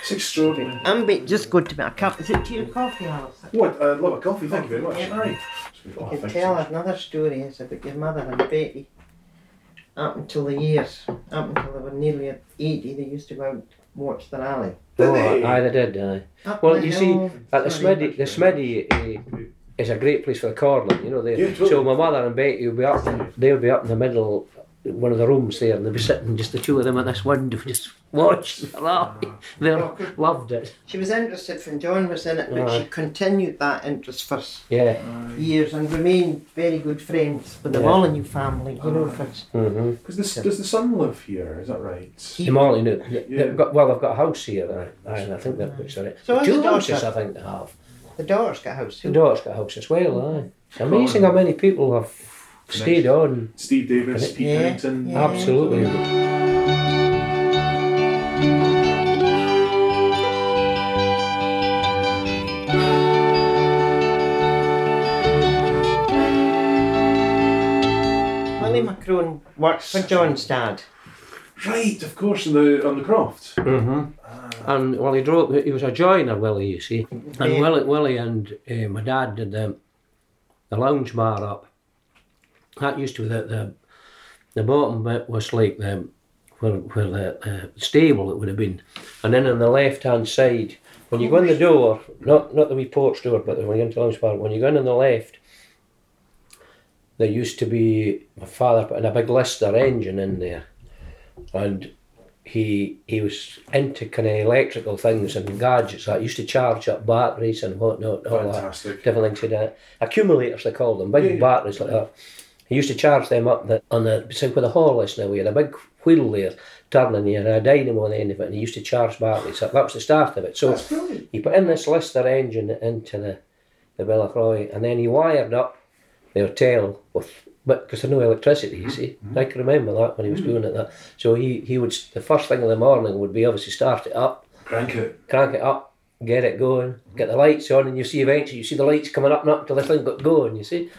B: It's extraordinary.
D: I'm be- just going to make a cup. Is it tea and coffee, Alice?
B: What? I love a coffee. Thank you very much.
D: Yeah.
B: Aye. Oh,
D: You can
B: thank
D: tell
B: you.
D: her another story is about your mother and Betty. Up until the years, up until they were nearly at 80, they used to go out and watch the rally.
B: Did
C: Oh,
B: they?
C: aye, they did. Aye.
D: Up
C: Well,
D: the
C: you see,
D: hill,
C: At the
D: sorry.
C: Smiddy, the Smiddy uh, is a great place for the cornet, you know. There.
B: Yeah, totally.
C: So my mother and Betty will be up, they'll be up in the middle, one of the rooms there, and they'll be sitting just the two of them at this window, just watch. they loved it.
D: She was interested when John was in it, but she
C: Aye.
D: continued that interest for s-
C: Yeah.
D: years and remained very good friends with the
C: Yeah.
D: Molyneux family, you know, for
C: Mm-hmm.
B: Because this, does the son live here? Is that right?
C: The Molly knew.
B: Yeah.
C: They've got, well, they've got a house here, aye, aye, and I think they've got sorry.
D: So has
C: two
D: the
C: houses,
D: daughter.
C: I think they have.
D: the daughter's got a house
C: The
D: too.
C: daughter's got a house as well, aye. It's amazing how many people have stayed on.
B: Steve Davis, Pete
D: Yeah,
B: Pennington.
D: yeah.
C: Absolutely.
D: Willie Macron worked for John's dad.
B: Right, of course, on the on the croft.
C: hmm And well, he drove. He was a joiner, Willie. You see, and
D: Yeah.
C: Willie, Willie, and uh, my dad did the the lounge bar up. That used to be the the, the bottom bit was like the where where the, the stable it would have been, and then on the left hand side when you go in the door, not not the wee porch door, but when you go into the lounge bar, when you go in on the left. There used to be my father putting a big Lister engine in there, and he he was into kind of electrical things and gadgets that used to charge up batteries and whatnot, all
B: Fantastic.
C: that different things like that. Accumulators they called them, big
B: Yeah, yeah.
C: batteries like that. He used to charge them up the, on the so with a horse now we had a big wheel there turning here and a dynamo on the end of it and he used to charge batteries. That, that was the start of it. So
B: That's brilliant.
C: he put in this Lister engine into the the Bellacroy and then he wired up their tail with but because there's no electricity, you see.
B: Mm-hmm.
C: I can remember that when he was
B: Mm.
C: doing it that. So he, he would s- the first thing in the morning would be obviously start it up,
B: Crank it.
C: crank it up, get it going, get the lights on and you see eventually you see the lights coming up and up till the thing got going, you see.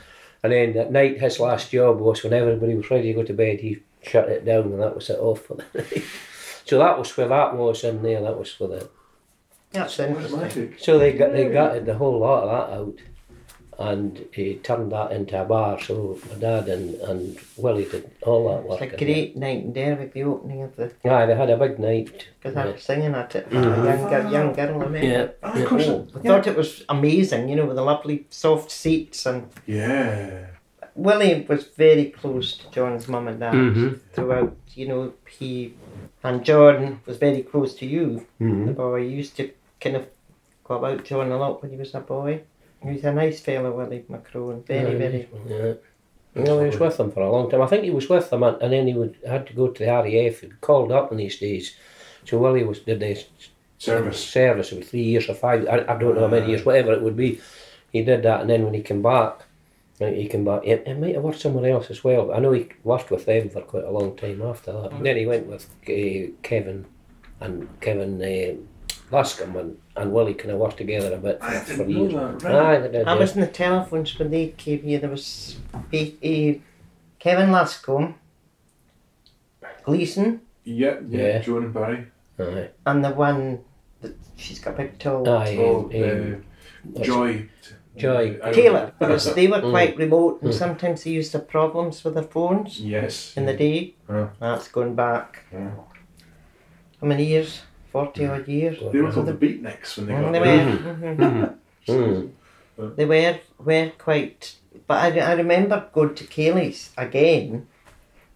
C: And then at night his last job was when everybody was ready to go to bed he shut it down and that was it off for the night. So that was where that was in there, that was for the
D: That's interesting.
B: Magic.
C: so they got they gutted the whole lot of that out, and he turned that into a bar. So my dad and and Willie did all that work.
D: It's a great night in Derby, the opening of the,
C: Aye, they had a big night.
D: because I was singing at it, for a young, girl- young girl, I
C: Uh-huh.
D: remember.
C: Yeah.
B: Ah, of course.
D: I thought it was amazing, you know, with the lovely soft seats. And
B: Yeah.
D: Willie was very close to John's mum and dad
C: Mhm.
D: throughout, you know, he and John was very close to you, the
C: Mhm.
D: boy. He used to kind of go about John a lot when he was a boy. He was a nice fellow, Willie Macron, very,
C: Yeah,
D: very.
C: Yeah. No, he was with them for a long time. I think he was with them, and, and then he would had to go to the RAF. He called up in these days. So Willie was did this
B: Service.
C: service with three years or five. I, I don't know how many years, whatever it would be. He did that, and then when he came back, uh, he came back. It, it might have worked somewhere else as well. But I know he worked with them for quite a long time after that. And then he went with uh, Kevin and Kevin uh, Lascombe and, and Willie kind of worked together a bit
B: I
C: for
B: didn't
C: years.
B: know that. Right.
C: Aye, they did.
D: I
C: yeah.
D: was in the telephones when they came here. There was Be- eh, Kevin Lascombe, Gleason,
B: Yeah, yeah,
C: Yeah.
B: Joan and Barry.
C: Aye.
D: and the one that she's got a big tall.
C: Aye,
B: Oh,
C: um, um,
B: uh, Joy. Uh,
C: Joy.
B: I-
D: Taylor, because they were
C: Mm.
D: quite remote and sometimes they used to have problems with their phones
B: Yes.
D: in the day.
B: Yeah.
D: That's going back
B: Yeah.
D: how many years? 40 odd years.
B: They were called the Beatniks when they got
D: Mm, They were,
B: there.
D: mhm.
C: Mm.
D: they were, were quite. But I, I remember going to Cayley's again,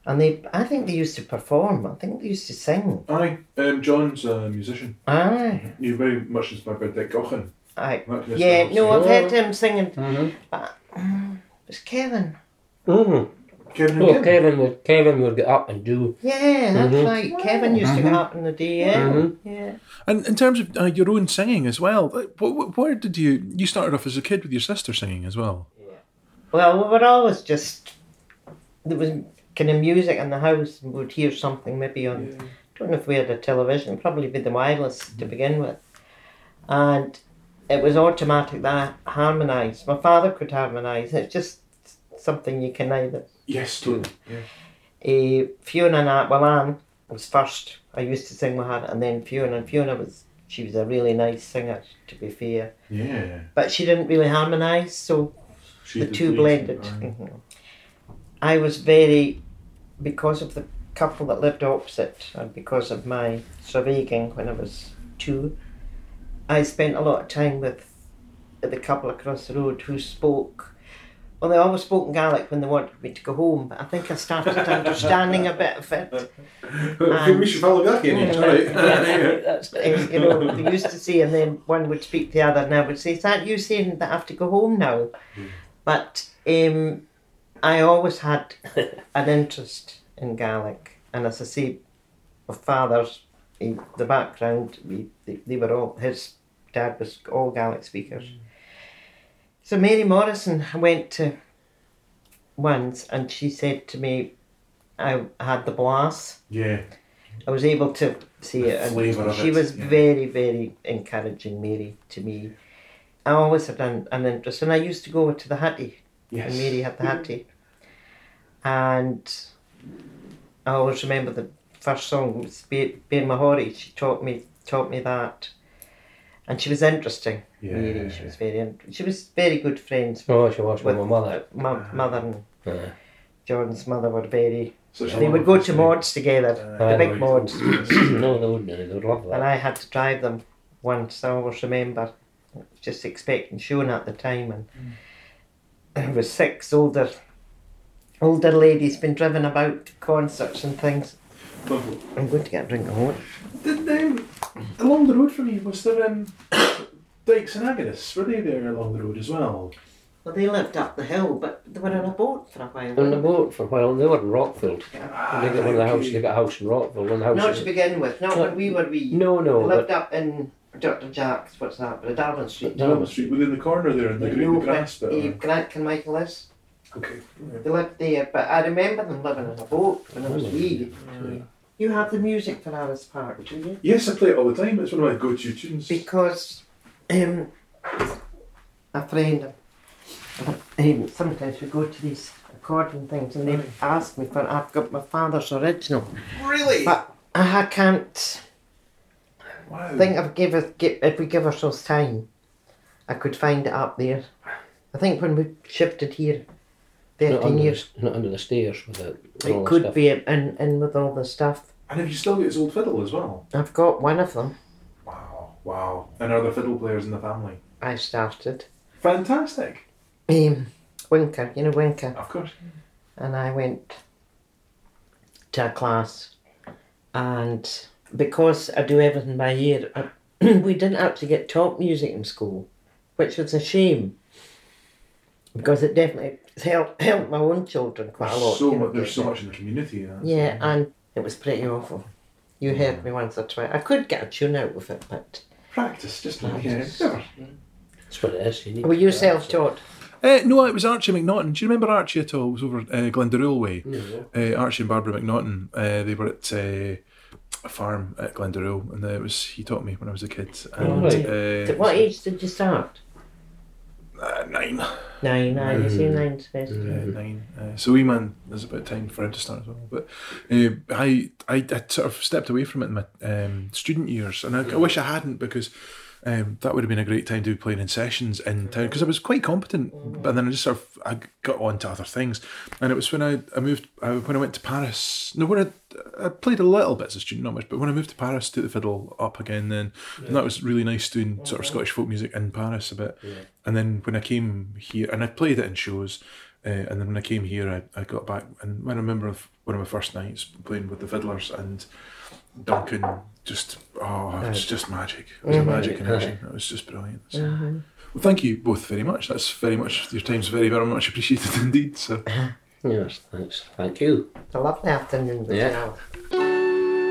D: and they, I think they used to perform. I think they used to sing.
B: Aye, um, John's a musician.
D: Aye,
B: He very much inspired by Dick Gochin.
D: aye.
B: That kind of
D: Yeah,
B: stuff.
D: no, I've heard him singing.
C: Mhm.
D: But, um, it was Kevin. Mhm.
C: Mm.
B: Kevin
D: Oh,
B: and Kevin.
C: Well, Kevin would Kevin would get up and do.
D: Yeah, that's
B: Mm-hmm.
C: Mhm.
D: right. Kevin used to go up in the day. eh? Yeah.
C: Mhm.
D: yeah.
E: And in terms of uh, your own singing as well, like, wh- wh- where did you you started off as a kid with your sister singing as well?
D: Well, we were always just there was kind of music in the house and would hear something maybe on don't know if we had a television, probably with the wireless to begin with. And it was automatic that I harmonised. My father could harmonise. It's just something you can either.
B: Yes, totally. Yeah.
D: Uh, Fiona and I, well, Anne was first. I used to sing with her, and then Fiona. And Fiona was, she was a really nice singer, to be fair.
B: Yeah.
D: But she didn't really harmonise, so
B: She
D: the
B: did
D: two
B: the-
D: blended.
B: Aye.
D: Mhm. I was very, because of the couple that lived opposite and because of my surveying when I was two, I spent a lot of time with the couple across the road who spoke. Well, they always spoke in Gaelic when they wanted me to go home. I think I started understanding a bit of it.
B: I think we should follow that in it. All right. Yeah.
C: That's
D: Uh,
C: it.
D: you know, they used to say, and then one would speak to the other, and I would say, "Is that you saying that I have to go home now?" But um, I always had an interest in Gaelic, and as I say, my father's he, the background, we, they, they were all his dad was all Gaelic speakers. So Mary Morrison, I went to once, and she said to me, "I had the blast."
B: yeah.
D: I was able to see
B: The
D: it, and
B: flavour of
D: she
B: it,
D: was
B: yeah.
D: very, very encouraging, Mary, to me. I always had an, an interest, and I used to go to the Hattie,
B: Yes.
D: and Mary had the Hattie, and I always remember the first song was Be Be Mahori. She taught me taught me that, and she was interesting.
B: Yeah.
D: Mary, she was very in- she was very good friends
C: Oh, she was with my mother.
D: with my mother and
C: Yeah.
D: John's mother were very.
B: Such a
D: They would
B: wonderful
D: go to
B: story.
D: Maud's together, the
B: Uh,
C: Aye.
D: big Maud's.
C: no, they wouldn't. They would love
D: And
C: that.
D: I had to drive them once, I always remember. I was just expecting Sean at the time, and there was six older older ladies been driven about to concerts and things.
B: Lovely.
D: I'm going to get a drink of water.
B: Did um, along the road from you was there um, Dykes and Agonis? Were they there along the road as well?
D: Well, they lived up the hill, but they were on a boat for a
C: On the
D: while.
C: boat for a while, they were in Rockfield.
D: Ah,
C: When they got one of the houses, they got a house in Rockville. One of the
D: Not to
C: houses.
D: begin with, not when we were wee.
C: No,
D: They
C: no,
D: lived
C: but
D: up in Dr. Jack's, what's that, but Darwin Street.
C: No,
B: Down the street within the corner there in the green
D: No,
B: grass
D: but,
B: bit.
D: eh,
B: or-
D: Grant and Michael is.
B: Okay. yeah.
D: They lived there, but I remember them living on a boat when I was
C: Oh,
D: wee. You had the music for Alice Park, do you?
B: Yes, I play it all the time. It's one of my go-to tunes.
D: Because um, a friend, um, sometimes we go to these accordion things and they ask me for, I've got my father's original.
B: Really?
D: But I can't
B: Wow.
D: think of give us, give, if we give ourselves time, I could find it up there. I think when we shifted here,
C: not
D: 13
C: under,
D: years,
C: not under the stairs with it. and all
D: it
C: that
D: could
C: stuff.
D: be in, in with all the stuff.
B: and have you still got his old fiddle as well?
D: I've got one of them.
B: Wow. Wow. And are there fiddle players in the family?
D: I started.
B: Fantastic.
D: Um, Winker, you know Winker.
B: Of course.
D: and I went to a class. And because I do everything by ear, I, we didn't actually get taught music in school, which was a shame because it definitely helped, helped my own children quite a lot.
B: so
D: you know,
B: much, there's so
D: getting-
B: much in the community. Yeah.
D: Yeah, and it was pretty awful. You heard me once or twice. I could get a tune out with it, but
B: Practice, just like yeah.
D: Practice.
B: never.
C: That's what it is. You need
D: were you
C: to practice it.
D: self-taught?
B: Uh, no, it was Archie McNaughton. Do you remember Archie at all? It was over uh, Glendaruel Way. Uh, Archie and Barbara McNaughton. Uh, they were at uh, a farm at Glendaruel, and uh, it was he taught me when I was a kid. And,
C: Right.
B: uh,
D: At what age did you start?
B: Uh, nine.
D: Nine, nine. You see, nine's best.
B: Mm-hmm. Yeah, nine. Uh, so wee man, there's about time for him to start as well. But uh, I, I, I sort of stepped away from it in my um, student years, and I, I wish I hadn't because um, that would have been a great time to be playing in sessions in town because I was quite competent. But then I just sort of I got on to other things, and it was when I, I moved I, when I went to Paris. No, when I, I played a little bit as a student, not much. But when I moved to Paris, took the fiddle up again then, and that was really nice doing sort of Scottish folk music in Paris a bit. And then when I came here, and I played it in shows. Uh, and then when I came here, I, I got back, and I remember of one of my first nights playing with the fiddlers and Duncan. Just oh, it's just magic. It was a magic connection. It was just brilliant. So- Well, thank you both very much. That's very much your time's very very much appreciated indeed. So
C: Yes, thanks. Thank you.
D: A lovely afternoon. with
C: Yeah.
D: you all.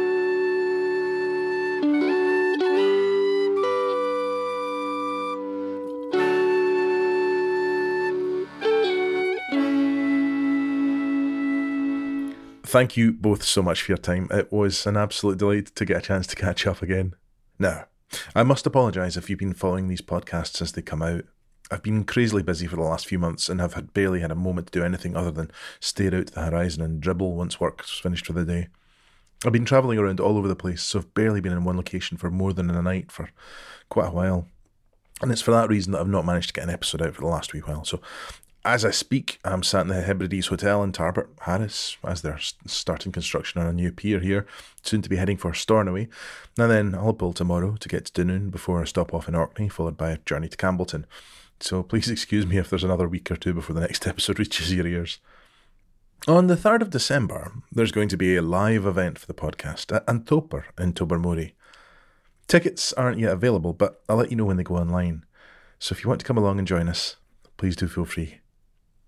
B: Thank you both so much for your time. It was an absolute delight to get a chance to catch up again. Now, I must apologise if you've been following these podcasts as they come out. I've been crazily busy for the last few months and have had barely had a moment to do anything other than stare out the horizon and dribble once work's finished for the day. I've been travelling around all over the place, so I've barely been in one location for more than a night for quite a while. And it's for that reason that I've not managed to get an episode out for the last wee while. So, as I speak, I'm sat in the Hebrides Hotel in Tarbert, Harris, as they're s- starting construction on a new pier here, soon to be heading for Stornoway. And then I'll pull tomorrow to get to Dunoon before I stop off in Orkney, followed by a journey to Campbellton. So, please excuse me if there's another week or two before the next episode reaches your ears. On the 3rd of December, there's going to be a live event for the podcast at Antoper in Tobermory. Tickets aren't yet available, but I'll let you know when they go online. So if you want to come along and join us, please do feel free.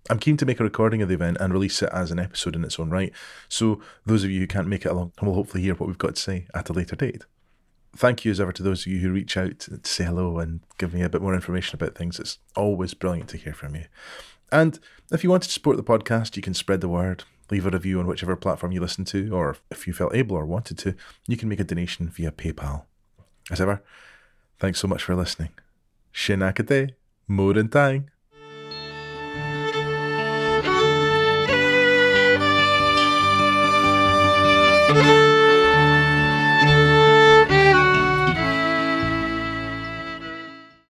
B: I'm keen to make a recording of the event and release it as an episode in its own right, so those of you who can't make it along will hopefully hear what we've got to say at a later date. Thank you as ever to those of you who reach out to say hello and give me a bit more information about things. It's always brilliant to hear from you. And if you want to support the podcast, you can spread the word, leave a review on whichever platform you listen to, or if you felt able or wanted to, you can make a donation via PayPal. As ever, thanks so much for listening. Shinakate, Morin Tang.